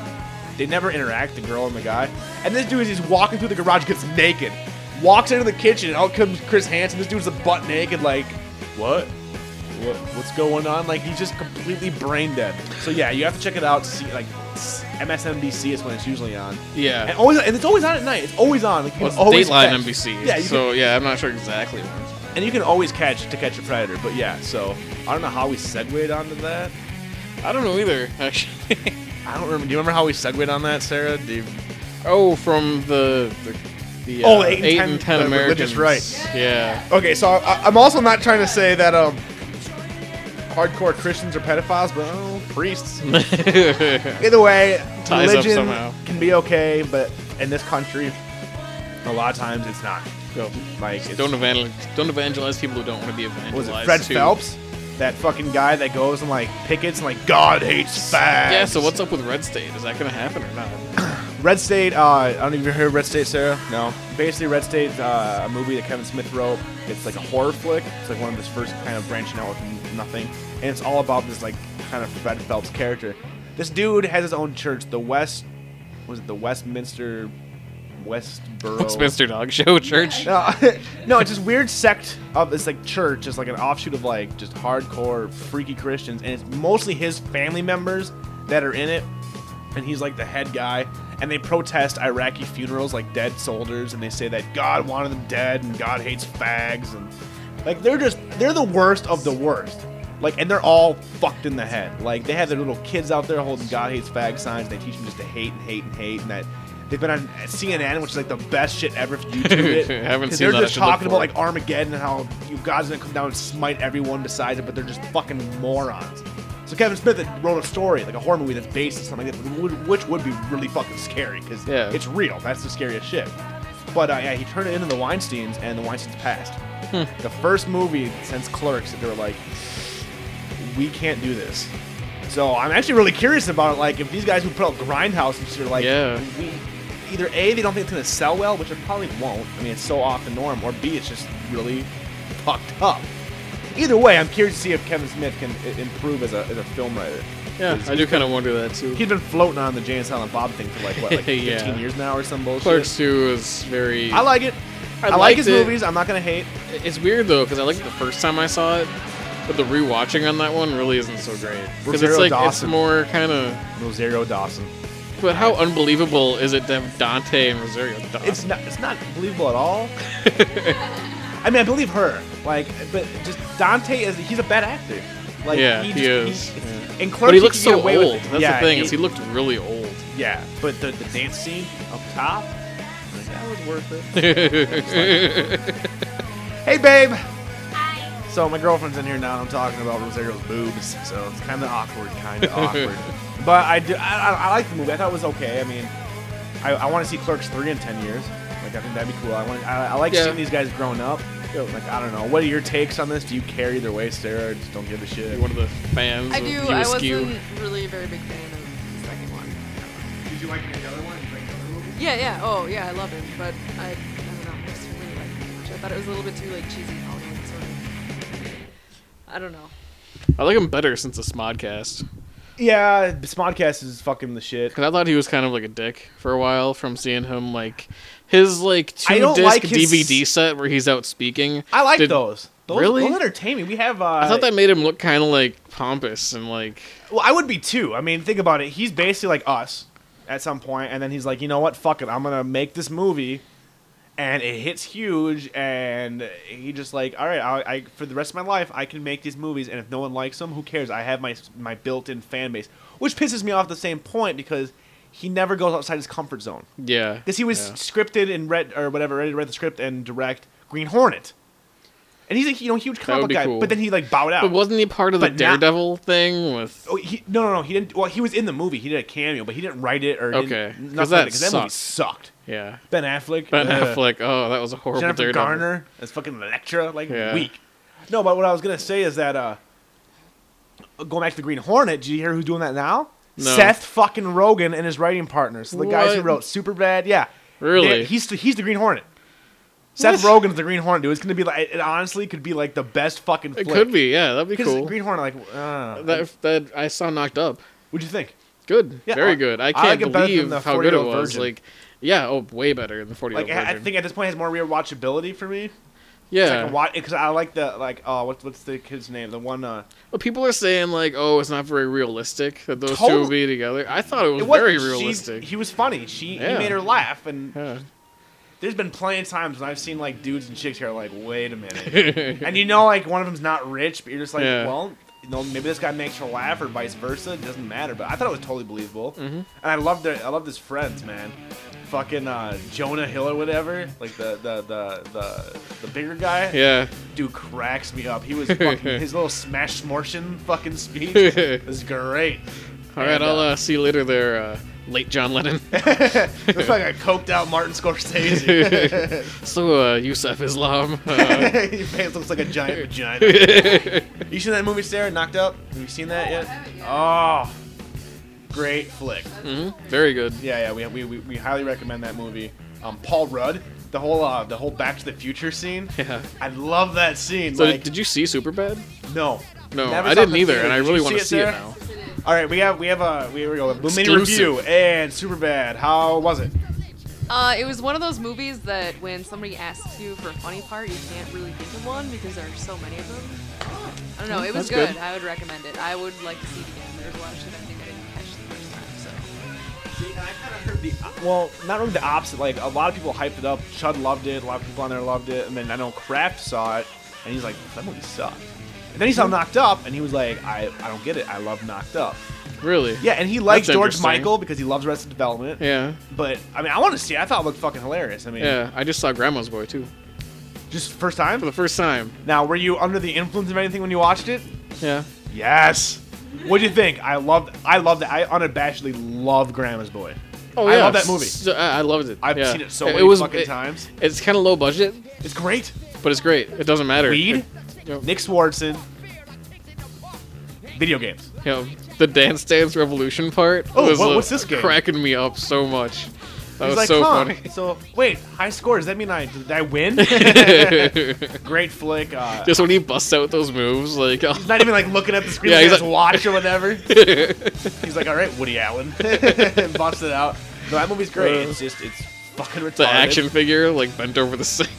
[SPEAKER 2] they never interact, the girl and the guy. And this dude is just walking through the garage, gets naked, walks into the kitchen, and out comes Chris Hansen. This dude's a butt naked, like, what? What, what's going on? Like he's just completely brain dead. So yeah, you have to check it out. See, like s- MSNBC is when it's usually on, and
[SPEAKER 3] Yeah.
[SPEAKER 2] always and it's always on at night. It's always on. Like, you
[SPEAKER 3] Well,
[SPEAKER 2] can
[SPEAKER 3] it's
[SPEAKER 2] always
[SPEAKER 3] Dateline
[SPEAKER 2] catch-
[SPEAKER 3] NBC.
[SPEAKER 2] Yeah, you can-
[SPEAKER 3] so yeah, I'm not sure exactly. When it's
[SPEAKER 2] and you can always catch to catch a predator. But yeah, so I don't know how we segued onto that.
[SPEAKER 3] I don't know either, actually. <laughs>
[SPEAKER 2] I don't remember. Do you remember how we segued on that, Sarah? Do you,
[SPEAKER 3] oh, from the the, the
[SPEAKER 2] Oh,
[SPEAKER 3] uh,
[SPEAKER 2] eight and
[SPEAKER 3] eight
[SPEAKER 2] 10
[SPEAKER 3] and ten
[SPEAKER 2] the
[SPEAKER 3] Americans.
[SPEAKER 2] religious right.
[SPEAKER 3] Yeah.
[SPEAKER 2] okay, so I, I'm also not trying to say that um, hardcore Christians are pedophiles, but oh,
[SPEAKER 3] <laughs>
[SPEAKER 2] priests. Either way,
[SPEAKER 3] Ties up
[SPEAKER 2] religion
[SPEAKER 3] somehow.
[SPEAKER 2] can be okay, but in this country, a lot of times it's not.
[SPEAKER 3] Go.
[SPEAKER 2] Like, it's,
[SPEAKER 3] Don't evangelize. Don't evangelize people who don't want to be evangelized.
[SPEAKER 2] was it Fred
[SPEAKER 3] too.
[SPEAKER 2] Phelps? That fucking guy that goes and like pickets and like God hates fags. <laughs>
[SPEAKER 3] Yeah. So what's up with red state? Is that gonna happen or not?
[SPEAKER 2] Red State, uh, I don't know if you heard of Red State, Sarah. No. Basically, Red State's uh, a movie that Kevin Smith wrote. It's like a horror flick. It's like one of his first kind of branching out with nothing. And it's all about this, like, kind of Fred Phelps character. This dude has his own church, the West. Was it the Westminster. Westboro.
[SPEAKER 3] Westminster Dog Show
[SPEAKER 2] <laughs>
[SPEAKER 3] Church.
[SPEAKER 2] No, <laughs> no, it's this weird sect of this like church, it's like an offshoot of like just hardcore freaky Christians, and it's mostly his family members that are in it, and he's like the head guy, and they protest Iraqi funerals like dead soldiers, and they say that God wanted them dead, and God hates fags, and like they're just they're the worst of the worst. Like and they're all fucked in the head. Like they have their little kids out there holding "God hates fag" signs. And they teach them just to hate and hate and hate, and that they've been on CNN, which is like the best shit ever. If you YouTube it,
[SPEAKER 3] <laughs> I haven't
[SPEAKER 2] 'Cause
[SPEAKER 3] seen
[SPEAKER 2] they're
[SPEAKER 3] that. I
[SPEAKER 2] just
[SPEAKER 3] should look
[SPEAKER 2] talking
[SPEAKER 3] for
[SPEAKER 2] about
[SPEAKER 3] it.
[SPEAKER 2] like Armageddon and how you God's gonna come down and smite everyone besides it, but they're just fucking morons. So Kevin Smith wrote a story, like a horror movie that's based on something like that, would- which would be really fucking scary because
[SPEAKER 3] Yeah.
[SPEAKER 2] it's real. That's the scariest shit. But uh, yeah, he turned it into the Weinstein's, and the Weinstein's passed. The first movie since Clerks that they were like, we can't do this. So I'm actually really curious about it. Like, if these guys who put out Grindhouse and shit are like,
[SPEAKER 3] Yeah.
[SPEAKER 2] we, either A, they don't think it's going to sell well, which it probably won't. I mean, it's so off the norm. Or B, it's just really fucked up. Either way, I'm curious to see if Kevin Smith can i- improve as a, as a film writer.
[SPEAKER 3] Yeah, I do kind of wonder that too.
[SPEAKER 2] He's been floating on the Jay and Silent Bob thing for like, what, like 15
[SPEAKER 3] <laughs> Yeah.
[SPEAKER 2] years now or some bullshit?
[SPEAKER 3] Clerks 2 is very.
[SPEAKER 2] I like it.
[SPEAKER 3] I
[SPEAKER 2] I, like
[SPEAKER 3] liked
[SPEAKER 2] his
[SPEAKER 3] it.
[SPEAKER 2] movies. I'm not going to hate.
[SPEAKER 3] It's weird though because I liked it the first time I saw it, but the rewatching on that one really isn't so great because it's
[SPEAKER 2] Rosario
[SPEAKER 3] like
[SPEAKER 2] Dawson.
[SPEAKER 3] it's more kind of.
[SPEAKER 2] Rosario Dawson.
[SPEAKER 3] But how unbelievable is it to have Dante and Rosario Dawson?
[SPEAKER 2] It's not. It's not believable at
[SPEAKER 3] <laughs>
[SPEAKER 2] all. I mean, I believe her. Like, but just Dante is. He's a bad actor. Like,
[SPEAKER 3] Yeah,
[SPEAKER 2] he,
[SPEAKER 3] he
[SPEAKER 2] just-
[SPEAKER 3] is,
[SPEAKER 2] he-
[SPEAKER 3] yeah.
[SPEAKER 2] And Clerks,
[SPEAKER 3] but he
[SPEAKER 2] you
[SPEAKER 3] looks
[SPEAKER 2] can get
[SPEAKER 3] so
[SPEAKER 2] away
[SPEAKER 3] old.
[SPEAKER 2] With, it.
[SPEAKER 3] That's
[SPEAKER 2] yeah,
[SPEAKER 3] the thing is he looked really old.
[SPEAKER 2] yeah, but the, the dance scene up top, like, that was worth it. Hey, babe. Hi. So my girlfriend's in here now, and I'm talking about Rosario's boobs. So it's kind of awkward, kind of awkward. But I do. I, I, I like the movie. I thought it was okay. I mean, I, I want to see Clerks three in ten years. Like I think that'd be cool. I want. I, I like
[SPEAKER 3] Yeah.
[SPEAKER 2] seeing these guys growing up. Like I don't know. What are your takes on this? Do you care either way, Sarah? Or just don't give a shit.
[SPEAKER 3] You're one of the fans.
[SPEAKER 4] I
[SPEAKER 3] of
[SPEAKER 4] do.
[SPEAKER 3] You
[SPEAKER 4] I
[SPEAKER 3] Askew.
[SPEAKER 4] wasn't really a very big fan of the second one.
[SPEAKER 2] Did you like any other one?
[SPEAKER 4] Yeah, yeah. Oh, yeah. I love him, but I, I don't know. I just really like him much. I thought it was a little bit too like cheesy Halloween sort of. I don't know.
[SPEAKER 3] I like him better since the Smodcast
[SPEAKER 2] Yeah, this podcast is fucking the shit.
[SPEAKER 3] because I thought he was kind of like a dick for a while from seeing him like his like
[SPEAKER 2] I
[SPEAKER 3] two
[SPEAKER 2] don't
[SPEAKER 3] disc
[SPEAKER 2] like his-
[SPEAKER 3] DVD set where he's out speaking.
[SPEAKER 2] I like
[SPEAKER 3] Did-
[SPEAKER 2] those. Those,
[SPEAKER 3] Really?
[SPEAKER 2] those entertain me. We have. Uh,
[SPEAKER 3] I thought that made him look kind of like pompous and like
[SPEAKER 2] Well, I would be too. I mean, think about it. He's basically like us at some point, and then he's like, you know what? Fuck it. I'm gonna make this movie, and it hits huge. And he just like, all right, I, I for the rest of my life, I can make these movies, and if no one likes them, who cares? I have my my built-in fan base, which pisses me off at the same point because he never goes outside his comfort zone
[SPEAKER 3] yeah.
[SPEAKER 2] because he was
[SPEAKER 3] yeah.
[SPEAKER 2] scripted and read or whatever, read, read the script and direct Green Hornet. And he's a you know huge comic
[SPEAKER 3] would
[SPEAKER 2] book
[SPEAKER 3] be
[SPEAKER 2] guy,
[SPEAKER 3] cool.
[SPEAKER 2] but then he like bowed out.
[SPEAKER 3] But wasn't he part of the
[SPEAKER 2] But not-
[SPEAKER 3] Daredevil thing with?
[SPEAKER 2] Oh, he, no, no, no. He didn't. Well, he was in the movie. He did a cameo, but he didn't write it or
[SPEAKER 3] Okay, 'cause
[SPEAKER 2] didn't, nothing
[SPEAKER 3] that
[SPEAKER 2] like that movie
[SPEAKER 3] sucked.
[SPEAKER 2] sucked.
[SPEAKER 3] Yeah,
[SPEAKER 2] Ben Affleck,
[SPEAKER 3] Ben
[SPEAKER 2] uh,
[SPEAKER 3] Affleck. Oh, that was a horrible
[SPEAKER 2] Jennifer
[SPEAKER 3] Daredevil.
[SPEAKER 2] Garner as fucking Electra, like
[SPEAKER 3] Yeah.
[SPEAKER 2] weak. No, but what I was gonna say is that uh, going back to the Green Hornet. Did you hear who's doing that now?
[SPEAKER 3] No.
[SPEAKER 2] Seth fucking Rogan and his writing partners, the guys who
[SPEAKER 3] What?
[SPEAKER 2] wrote Superbad. Yeah,
[SPEAKER 3] Really?
[SPEAKER 2] They- he's the, he's the Green Hornet. Seth
[SPEAKER 3] What?
[SPEAKER 2] Rogen's the Green Hornet, dude. It's gonna be like it honestly could be like the best fucking.
[SPEAKER 3] It
[SPEAKER 2] flick.
[SPEAKER 3] could be. Yeah, that'd be
[SPEAKER 2] because
[SPEAKER 3] cool.
[SPEAKER 2] Green Hornet, like, uh,
[SPEAKER 3] That that I saw knocked up.
[SPEAKER 2] what'd you think?
[SPEAKER 3] Good.
[SPEAKER 2] Yeah,
[SPEAKER 3] Very
[SPEAKER 2] I-
[SPEAKER 3] good.
[SPEAKER 2] I
[SPEAKER 3] I can't
[SPEAKER 2] like it better than
[SPEAKER 3] believe
[SPEAKER 2] the
[SPEAKER 3] how good it
[SPEAKER 2] 40-year-old
[SPEAKER 3] was.
[SPEAKER 2] virgin.
[SPEAKER 3] Like, yeah. Oh, way better than forty.
[SPEAKER 2] Like, I, I think at this point it has more rewatchability for me.
[SPEAKER 3] Yeah.
[SPEAKER 2] because I like the like oh what's what's the kid's name the one uh
[SPEAKER 3] But people are saying like, oh, it's not very realistic that those two
[SPEAKER 2] Totally.
[SPEAKER 3] will be together. I thought it was
[SPEAKER 2] wasn't-
[SPEAKER 3] very
[SPEAKER 2] she-
[SPEAKER 3] realistic.
[SPEAKER 2] He was funny. She he
[SPEAKER 3] Yeah.
[SPEAKER 2] made her laugh, and
[SPEAKER 3] Yeah.
[SPEAKER 2] there's been plenty of times when I've seen like dudes and chicks who are like, wait a
[SPEAKER 3] <laughs>
[SPEAKER 2] minute, and you know like one of them's not rich, but you're just like,
[SPEAKER 3] Yeah.
[SPEAKER 2] well, you know maybe this guy makes her laugh or vice versa. It doesn't matter. But I thought it was totally believable,
[SPEAKER 3] Mm-hmm.
[SPEAKER 2] and I loved it. I love his friends, man. Fucking uh, Jonah Hill or whatever, like the the the the, the bigger guy.
[SPEAKER 3] yeah.
[SPEAKER 2] dude cracks me up. He
[SPEAKER 3] <laughs>
[SPEAKER 2] was fucking his little smash smortion fucking speech was great.
[SPEAKER 3] All right.
[SPEAKER 2] And,
[SPEAKER 3] I'll uh, see you later. There, uh, late
[SPEAKER 2] <laughs>
[SPEAKER 3] John Lennon. <laughs>
[SPEAKER 2] It was like a coked out Martin Scorsese.
[SPEAKER 3] so uh, Yusuf Islam.
[SPEAKER 2] <laughs>
[SPEAKER 3] Uh,
[SPEAKER 2] His face looks like a giant
[SPEAKER 3] <laughs>
[SPEAKER 2] vagina. you seen that movie, Sarah? Knocked Up? Have you seen that yet?
[SPEAKER 4] haven't yet.
[SPEAKER 2] Oh, Great flick.
[SPEAKER 3] Very good.
[SPEAKER 2] Yeah, yeah, we, we, we, we highly recommend that movie. Um, Paul Rudd, the whole uh, the whole Back to the Future scene.
[SPEAKER 3] <laughs> Yeah.
[SPEAKER 2] I love that scene.
[SPEAKER 3] So
[SPEAKER 2] like,
[SPEAKER 3] did you see Superbad?
[SPEAKER 2] no,
[SPEAKER 3] No,
[SPEAKER 2] Never
[SPEAKER 3] I
[SPEAKER 2] saw it in
[SPEAKER 3] didn't
[SPEAKER 2] the
[SPEAKER 3] either,
[SPEAKER 2] theater.
[SPEAKER 3] and I
[SPEAKER 2] Did
[SPEAKER 3] really
[SPEAKER 2] you
[SPEAKER 3] want to see it, now.
[SPEAKER 2] All right, we have we have a we, we go a mini
[SPEAKER 3] Exclusive.
[SPEAKER 2] review and super bad. How was it?
[SPEAKER 4] Uh, it was one of those movies that when somebody asks you for a funny part, you can't really think of one because there are so many of them. I don't know. It was
[SPEAKER 3] that's good.
[SPEAKER 4] good. I would recommend it. I would like to see it again. There's a lot of shit I think I didn't catch the first time. So
[SPEAKER 2] well, not really the opposite. Like a lot of people hyped it up. Chud loved it. A lot of people on there loved it. And then I know Kraft saw it, and he's like, "That movie sucked." And then he saw Knocked Up, and he was like, "I, I don't get it. I love Knocked Up."
[SPEAKER 3] Really?
[SPEAKER 2] Yeah, and he likes
[SPEAKER 3] That's
[SPEAKER 2] George
[SPEAKER 3] interesting.
[SPEAKER 2] Michael because he loves Arrested Development.
[SPEAKER 3] Yeah.
[SPEAKER 2] But I mean, I want to see. it. I thought it looked fucking hilarious. I mean,
[SPEAKER 3] Yeah. I just saw Grandma's Boy too
[SPEAKER 2] just first
[SPEAKER 3] for
[SPEAKER 2] time.
[SPEAKER 3] the first time.
[SPEAKER 2] Now, were you under the influence of anything when you watched it?
[SPEAKER 3] Yeah.
[SPEAKER 2] Yes. What'd you think? I loved. I loved it. I unabashedly love Grandma's Boy.
[SPEAKER 3] Oh
[SPEAKER 2] I
[SPEAKER 3] yeah.
[SPEAKER 2] love that movie.
[SPEAKER 3] S- I I loved it.
[SPEAKER 2] I've
[SPEAKER 3] Yeah.
[SPEAKER 2] seen it so many fucking
[SPEAKER 3] it-
[SPEAKER 2] times.
[SPEAKER 3] It's kind of low budget,
[SPEAKER 2] It's great.
[SPEAKER 3] but it's great. It doesn't matter.
[SPEAKER 2] Weed,
[SPEAKER 3] It- you know,
[SPEAKER 2] Nick Swartzen, video games.
[SPEAKER 3] you know, the Dance Dance Revolution part.
[SPEAKER 2] Oh,
[SPEAKER 3] was,
[SPEAKER 2] what-
[SPEAKER 3] uh,
[SPEAKER 2] what's this game?
[SPEAKER 3] Cracking me up so much. That
[SPEAKER 2] He's
[SPEAKER 3] was
[SPEAKER 2] like,
[SPEAKER 3] so
[SPEAKER 2] huh,
[SPEAKER 3] funny.
[SPEAKER 2] So wait, high score. Does that mean I did I
[SPEAKER 3] <laughs>
[SPEAKER 2] win? great flick. Uh,
[SPEAKER 3] Just when he busts out those moves, like <laughs> oh,
[SPEAKER 2] not even like looking at the screen.
[SPEAKER 3] Yeah,
[SPEAKER 2] Yeah,
[SPEAKER 3] he's
[SPEAKER 2] his
[SPEAKER 3] like-
[SPEAKER 2] watch or
[SPEAKER 3] <laughs>
[SPEAKER 2] whatever. he's like, all right, Woody Allen, <laughs> and busts it out. No, that movie's great.
[SPEAKER 3] Uh,
[SPEAKER 2] it's just it's fucking retarded.
[SPEAKER 3] the action <laughs> figure like bent over the sink.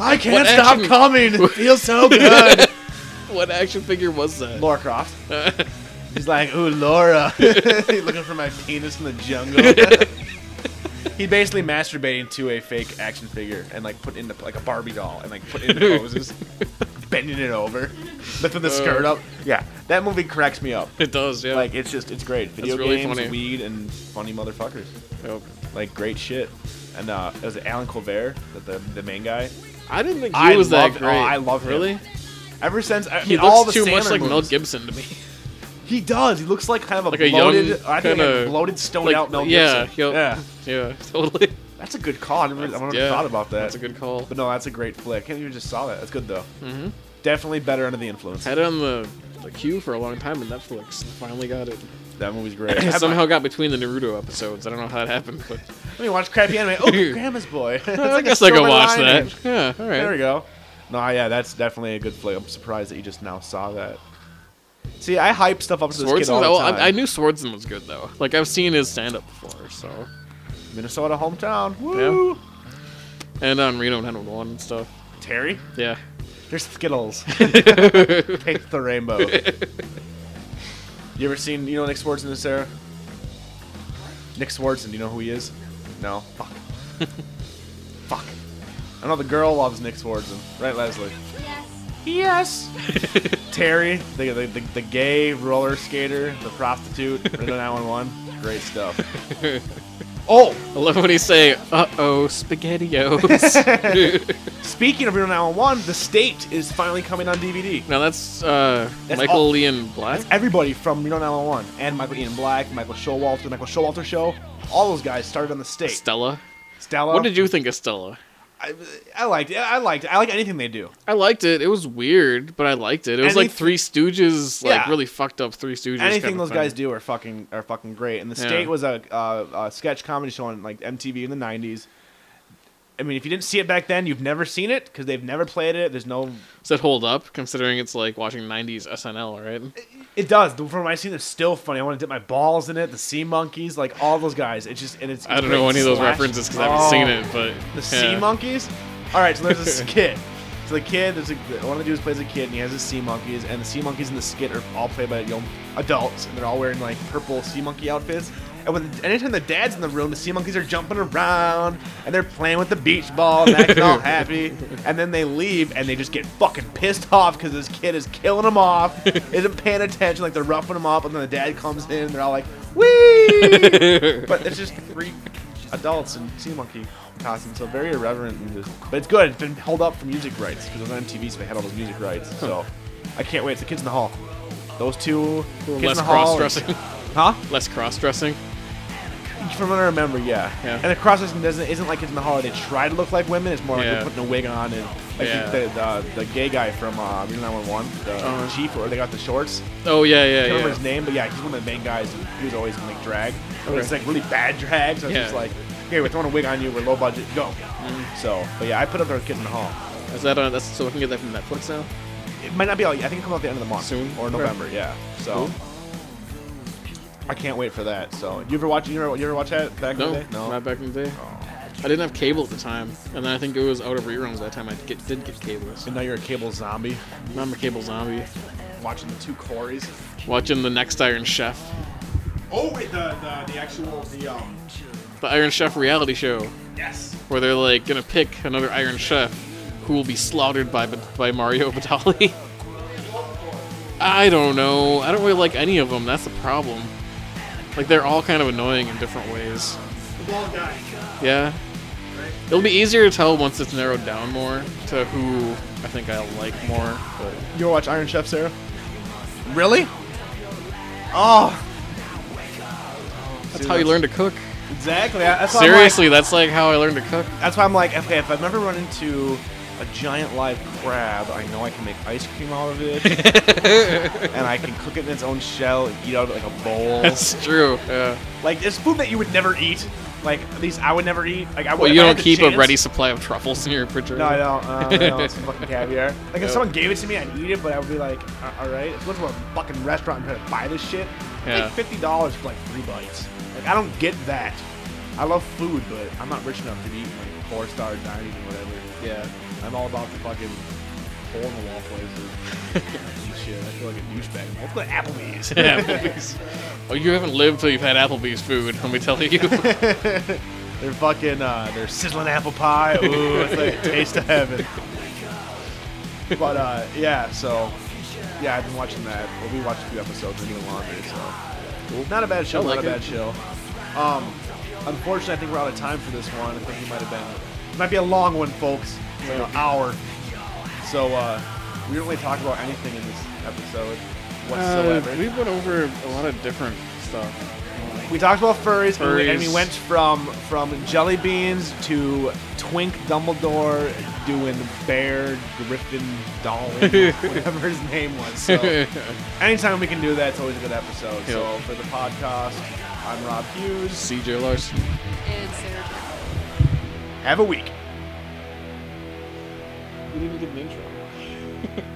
[SPEAKER 2] I can't
[SPEAKER 3] What
[SPEAKER 2] stop
[SPEAKER 3] action-
[SPEAKER 2] coming. It feels
[SPEAKER 3] <laughs>
[SPEAKER 2] so good.
[SPEAKER 3] <laughs> what action figure was that?
[SPEAKER 2] Laura Croft.
[SPEAKER 3] <laughs>
[SPEAKER 2] He's like, ooh, Laura. He's looking for my penis in the
[SPEAKER 3] <laughs>
[SPEAKER 2] jungle. He's basically masturbating to a fake action figure and like put into like a Barbie doll and like put into
[SPEAKER 3] <laughs>
[SPEAKER 2] poses, bending it over, <laughs> lifting the skirt up. Yeah, that movie cracks me up.
[SPEAKER 3] It does, Uh. yeah.
[SPEAKER 2] Like it's just it's great. Video
[SPEAKER 3] really
[SPEAKER 2] games,
[SPEAKER 3] funny.
[SPEAKER 2] weed, and funny motherfuckers.
[SPEAKER 3] Yep.
[SPEAKER 2] Like great shit. And uh, it was Alan Colbert, the the, the main guy.
[SPEAKER 3] I didn't think he
[SPEAKER 2] I
[SPEAKER 3] was
[SPEAKER 2] love-
[SPEAKER 3] that
[SPEAKER 2] oh,
[SPEAKER 3] great.
[SPEAKER 2] I love him.
[SPEAKER 3] really.
[SPEAKER 2] Ever since I
[SPEAKER 3] He
[SPEAKER 2] mean, all the
[SPEAKER 3] looks too
[SPEAKER 2] Sandler
[SPEAKER 3] much like
[SPEAKER 2] movies.
[SPEAKER 3] Mel
[SPEAKER 2] <laughs>
[SPEAKER 3] Gibson to me.
[SPEAKER 2] He does. He looks like kind of a
[SPEAKER 3] Like a young,
[SPEAKER 2] bloated, I think like a
[SPEAKER 3] kinda-
[SPEAKER 2] bloated, stoned
[SPEAKER 3] like,
[SPEAKER 2] out Mel
[SPEAKER 3] yeah,
[SPEAKER 2] Gibson.
[SPEAKER 3] yep.
[SPEAKER 2] Yeah,
[SPEAKER 3] Yeah, <laughs> totally.
[SPEAKER 2] that's a good call. I never, I never
[SPEAKER 3] Yeah,
[SPEAKER 2] thought about that.
[SPEAKER 3] That's a good call.
[SPEAKER 2] But no, that's a great flick. I can't even just saw that. That's good though. Mm-hmm. Definitely better under the influence.
[SPEAKER 3] Had it on the, the queue for a long time on Netflix. And finally got it.
[SPEAKER 2] That movie's
[SPEAKER 3] <coughs>
[SPEAKER 2] great.
[SPEAKER 3] It somehow got between the Naruto episodes. I don't know how that happened,
[SPEAKER 2] <laughs>
[SPEAKER 3] but
[SPEAKER 2] Let me watch crappy anime.
[SPEAKER 3] <coughs>
[SPEAKER 2] Oh, Grandma's Boy. <laughs> It's
[SPEAKER 3] I
[SPEAKER 2] like a
[SPEAKER 3] guess I can
[SPEAKER 2] silver
[SPEAKER 3] watch
[SPEAKER 2] lining.
[SPEAKER 3] that. Yeah, all
[SPEAKER 2] There we
[SPEAKER 3] right.
[SPEAKER 2] go. No, yeah, that's definitely a good flick. I'm surprised that you just now saw that. See, I hype stuff up to this kid all
[SPEAKER 3] Swordsman. Oh,
[SPEAKER 2] the time.
[SPEAKER 3] I, I knew Swordsman was good though. Like I've seen his stand up before. So
[SPEAKER 2] Minnesota hometown. Woo.
[SPEAKER 3] and on Reno 911 and stuff.
[SPEAKER 2] Terry.
[SPEAKER 3] Yeah.
[SPEAKER 2] There's Skittles. Taste the rainbow. you ever seen, you know Nick Swartzen is Sarah? Nick Swartzen, do you know who he is? No. Fuck. Fuck. I know the girl loves Nick Swartzen. Right, Leslie? Yes. Yes. Terry, the, the, the, the gay roller skater, the prostitute, the 911. Great stuff. Oh,
[SPEAKER 3] I love when he say, "Uh oh,
[SPEAKER 2] <laughs>
[SPEAKER 3] SpaghettiOs."
[SPEAKER 2] speaking of Reno 911, The State is finally coming on DVD.
[SPEAKER 3] now that's, uh,
[SPEAKER 2] That's
[SPEAKER 3] Michael
[SPEAKER 2] all-
[SPEAKER 3] Ian Black.
[SPEAKER 2] everybody from Reno 911 and Michael Ian Black, Michael Showalter, the Michael Showalter show, all those guys started on the state.
[SPEAKER 3] Stella.
[SPEAKER 2] Stella.
[SPEAKER 3] What did you think of Stella?
[SPEAKER 2] I, I liked it. I liked it. I like anything they do.
[SPEAKER 3] I liked it. It was weird, but I liked it. It was like
[SPEAKER 2] Anyth-
[SPEAKER 3] Three Stooges, like
[SPEAKER 2] Yeah.
[SPEAKER 3] really fucked up Three Stooges.
[SPEAKER 2] anything
[SPEAKER 3] kinda
[SPEAKER 2] those
[SPEAKER 3] thing.
[SPEAKER 2] guys do are fucking are fucking great. And the
[SPEAKER 3] Yeah.
[SPEAKER 2] state was a, uh, a sketch comedy show on like MTV in the 90s. I mean, if you didn't see it back then, you've never seen it because they've never played it. There's no.
[SPEAKER 3] Does that hold up considering it's like watching '90s SNL, right?
[SPEAKER 2] It does. The- From what I've seen, it's still funny. I want to dip my balls in it. The Sea Monkeys, like all those guys. It's just and it's.
[SPEAKER 3] I don't know
[SPEAKER 2] great.
[SPEAKER 3] any of those
[SPEAKER 2] Slash-
[SPEAKER 3] references because I haven't seen
[SPEAKER 2] Oh.
[SPEAKER 3] it, but
[SPEAKER 2] The sea
[SPEAKER 3] yeah.
[SPEAKER 2] monkeys. All right, so there's this kid. So the kid, there's a, one of the dudes plays a kid, and he has his sea monkeys, and the sea monkeys in the skit are all played by young adults, and they're all wearing like purple sea monkey outfits. And when anytime the dad's in the room, the sea monkeys are jumping around, and they're playing with the beach ball, and acting all happy. And then they leave, and they just get fucking pissed off because this kid is killing them off, isn't paying attention, like they're roughing him up, and then the dad comes in, and they're all like, "Wee!" but it's just three adults in sea monkey costumes, so very irreverent. And just, but it's good. It's been held up for music rights because it was on MTV, so they had all those music rights. So I can't wait. It's the Kids in the Hall. Those two kids in
[SPEAKER 3] Less
[SPEAKER 2] the hall,
[SPEAKER 3] <laughs> cross-dressing.
[SPEAKER 2] <laughs> huh?
[SPEAKER 3] Less cross-dressing.
[SPEAKER 2] From what I remember, yeah.
[SPEAKER 3] Yeah.
[SPEAKER 2] And the cross dressing doesn't isn't like it's in the hall. They try to look like women. It's more like
[SPEAKER 3] Yeah.
[SPEAKER 2] they're putting a wig on and like
[SPEAKER 3] Yeah.
[SPEAKER 2] the, the, the gay guy from uh, Real 911, the
[SPEAKER 3] Uh-huh.
[SPEAKER 2] chief, or they got the shorts.
[SPEAKER 3] Oh yeah, yeah,
[SPEAKER 2] I can't remember
[SPEAKER 3] yeah.
[SPEAKER 2] his name, but yeah, he's one of the main guys. and He was always in like drag. It was
[SPEAKER 3] Okay.
[SPEAKER 2] like really bad drag, so it's
[SPEAKER 3] Yeah.
[SPEAKER 2] just
[SPEAKER 3] Mm-hmm.
[SPEAKER 2] like, okay, we're throwing a wig on you. We're low budget. Go. So, but yeah, I put up their kid in the hall.
[SPEAKER 3] Is that on? That's so we can get that from Netflix now.
[SPEAKER 2] It might not be. All, I think it comes out the end of the month
[SPEAKER 3] Soon?
[SPEAKER 2] or
[SPEAKER 3] Okay.
[SPEAKER 2] November. Yeah. So.
[SPEAKER 3] Cool.
[SPEAKER 2] I can't wait for that. So you ever watch you ever, you ever watch that back in
[SPEAKER 3] No,
[SPEAKER 2] the day?
[SPEAKER 3] not back in the day.
[SPEAKER 2] Oh.
[SPEAKER 3] I didn't have cable at the time, and then I think it was out of reruns by the time I get, did get cable.
[SPEAKER 2] And now you're a cable zombie
[SPEAKER 3] I'm a cable zombie.
[SPEAKER 2] watching the two Corys.
[SPEAKER 3] Watching the next Iron Chef,
[SPEAKER 2] Oh wait, the the, the actual the um.
[SPEAKER 3] the Iron Chef reality show,
[SPEAKER 2] Yes.
[SPEAKER 3] where they're like gonna pick another Iron Chef who will be slaughtered by by Mario <laughs> Batali. I don't know. I don't really like any of them. That's the problem. Like they're all kind of annoying in different ways.
[SPEAKER 2] The bald guy.
[SPEAKER 3] Yeah. It'll be easier to tell once it's narrowed down more to who I think I like more. But
[SPEAKER 2] You ever watch Iron Chef, Sarah? Really? Oh,
[SPEAKER 3] that's how you learn to cook.
[SPEAKER 2] exactly. I- That's why I'm like-
[SPEAKER 3] Seriously, that's like how I learned to cook.
[SPEAKER 2] that's why I'm like, okay, if I've ever run into a giant live crab, I know I can make ice cream out of
[SPEAKER 3] <laughs>
[SPEAKER 2] it, and I can cook it in its own shell and eat out of it like a bowl.
[SPEAKER 3] That's true. Yeah.
[SPEAKER 2] Like it's food that you would never eat. Like at least I would never eat. Like I would.
[SPEAKER 3] Well,
[SPEAKER 2] if
[SPEAKER 3] you
[SPEAKER 2] I
[SPEAKER 3] don't
[SPEAKER 2] had the
[SPEAKER 3] keep
[SPEAKER 2] chance-
[SPEAKER 3] a ready supply of truffles in your refrigerator.
[SPEAKER 2] No, I don't. Uh, no, it's fucking caviar. Like if
[SPEAKER 3] Yeah.
[SPEAKER 2] someone gave it to me, I'd eat it, but I would be like, "Uh, all right, if I go to a fucking restaurant and try to buy this shit,
[SPEAKER 3] Yeah.
[SPEAKER 2] like fifty dollars for like three bites. Like I don't get that. I love food, but I'm not rich enough to be eating like four star dining or whatever.
[SPEAKER 3] Yeah.
[SPEAKER 2] I'm all about the fucking hole in the wall places. and <laughs> shit. I feel like a douchebag. Let's go to Applebee's. <laughs>
[SPEAKER 3] Applebee's. Oh, you haven't lived till you've had Applebee's food. Let me tell you.
[SPEAKER 2] They're fucking, uh, they're sizzling apple pie. Ooh, it's like a taste of heaven. But uh, yeah, so yeah, I've been watching that. Well, we watched a few episodes and doing laundry, so not a bad show.
[SPEAKER 3] I like
[SPEAKER 2] not a
[SPEAKER 3] it.
[SPEAKER 2] bad show. Um, unfortunately, I think we're out of time for this one. I think we might have been, it might be a long one, folks. It's like an hour. So uh, we didn't really talk about anything in this episode
[SPEAKER 3] Uh,
[SPEAKER 2] whatsoever.
[SPEAKER 3] we went over a lot of different stuff.
[SPEAKER 2] We talked about furries, and we- and we
[SPEAKER 3] Furries.
[SPEAKER 2] went from from jelly beans to Twink Dumbledore doing Bear Griffin Doll, whatever his name was. So anytime we can do that, it's always a good episode. So
[SPEAKER 3] Yeah.
[SPEAKER 2] for the podcast, I'm Rob Hughes.
[SPEAKER 3] CJ Larson.
[SPEAKER 4] And Sarah Jane.
[SPEAKER 2] Have a week.
[SPEAKER 3] We didn't get an intro.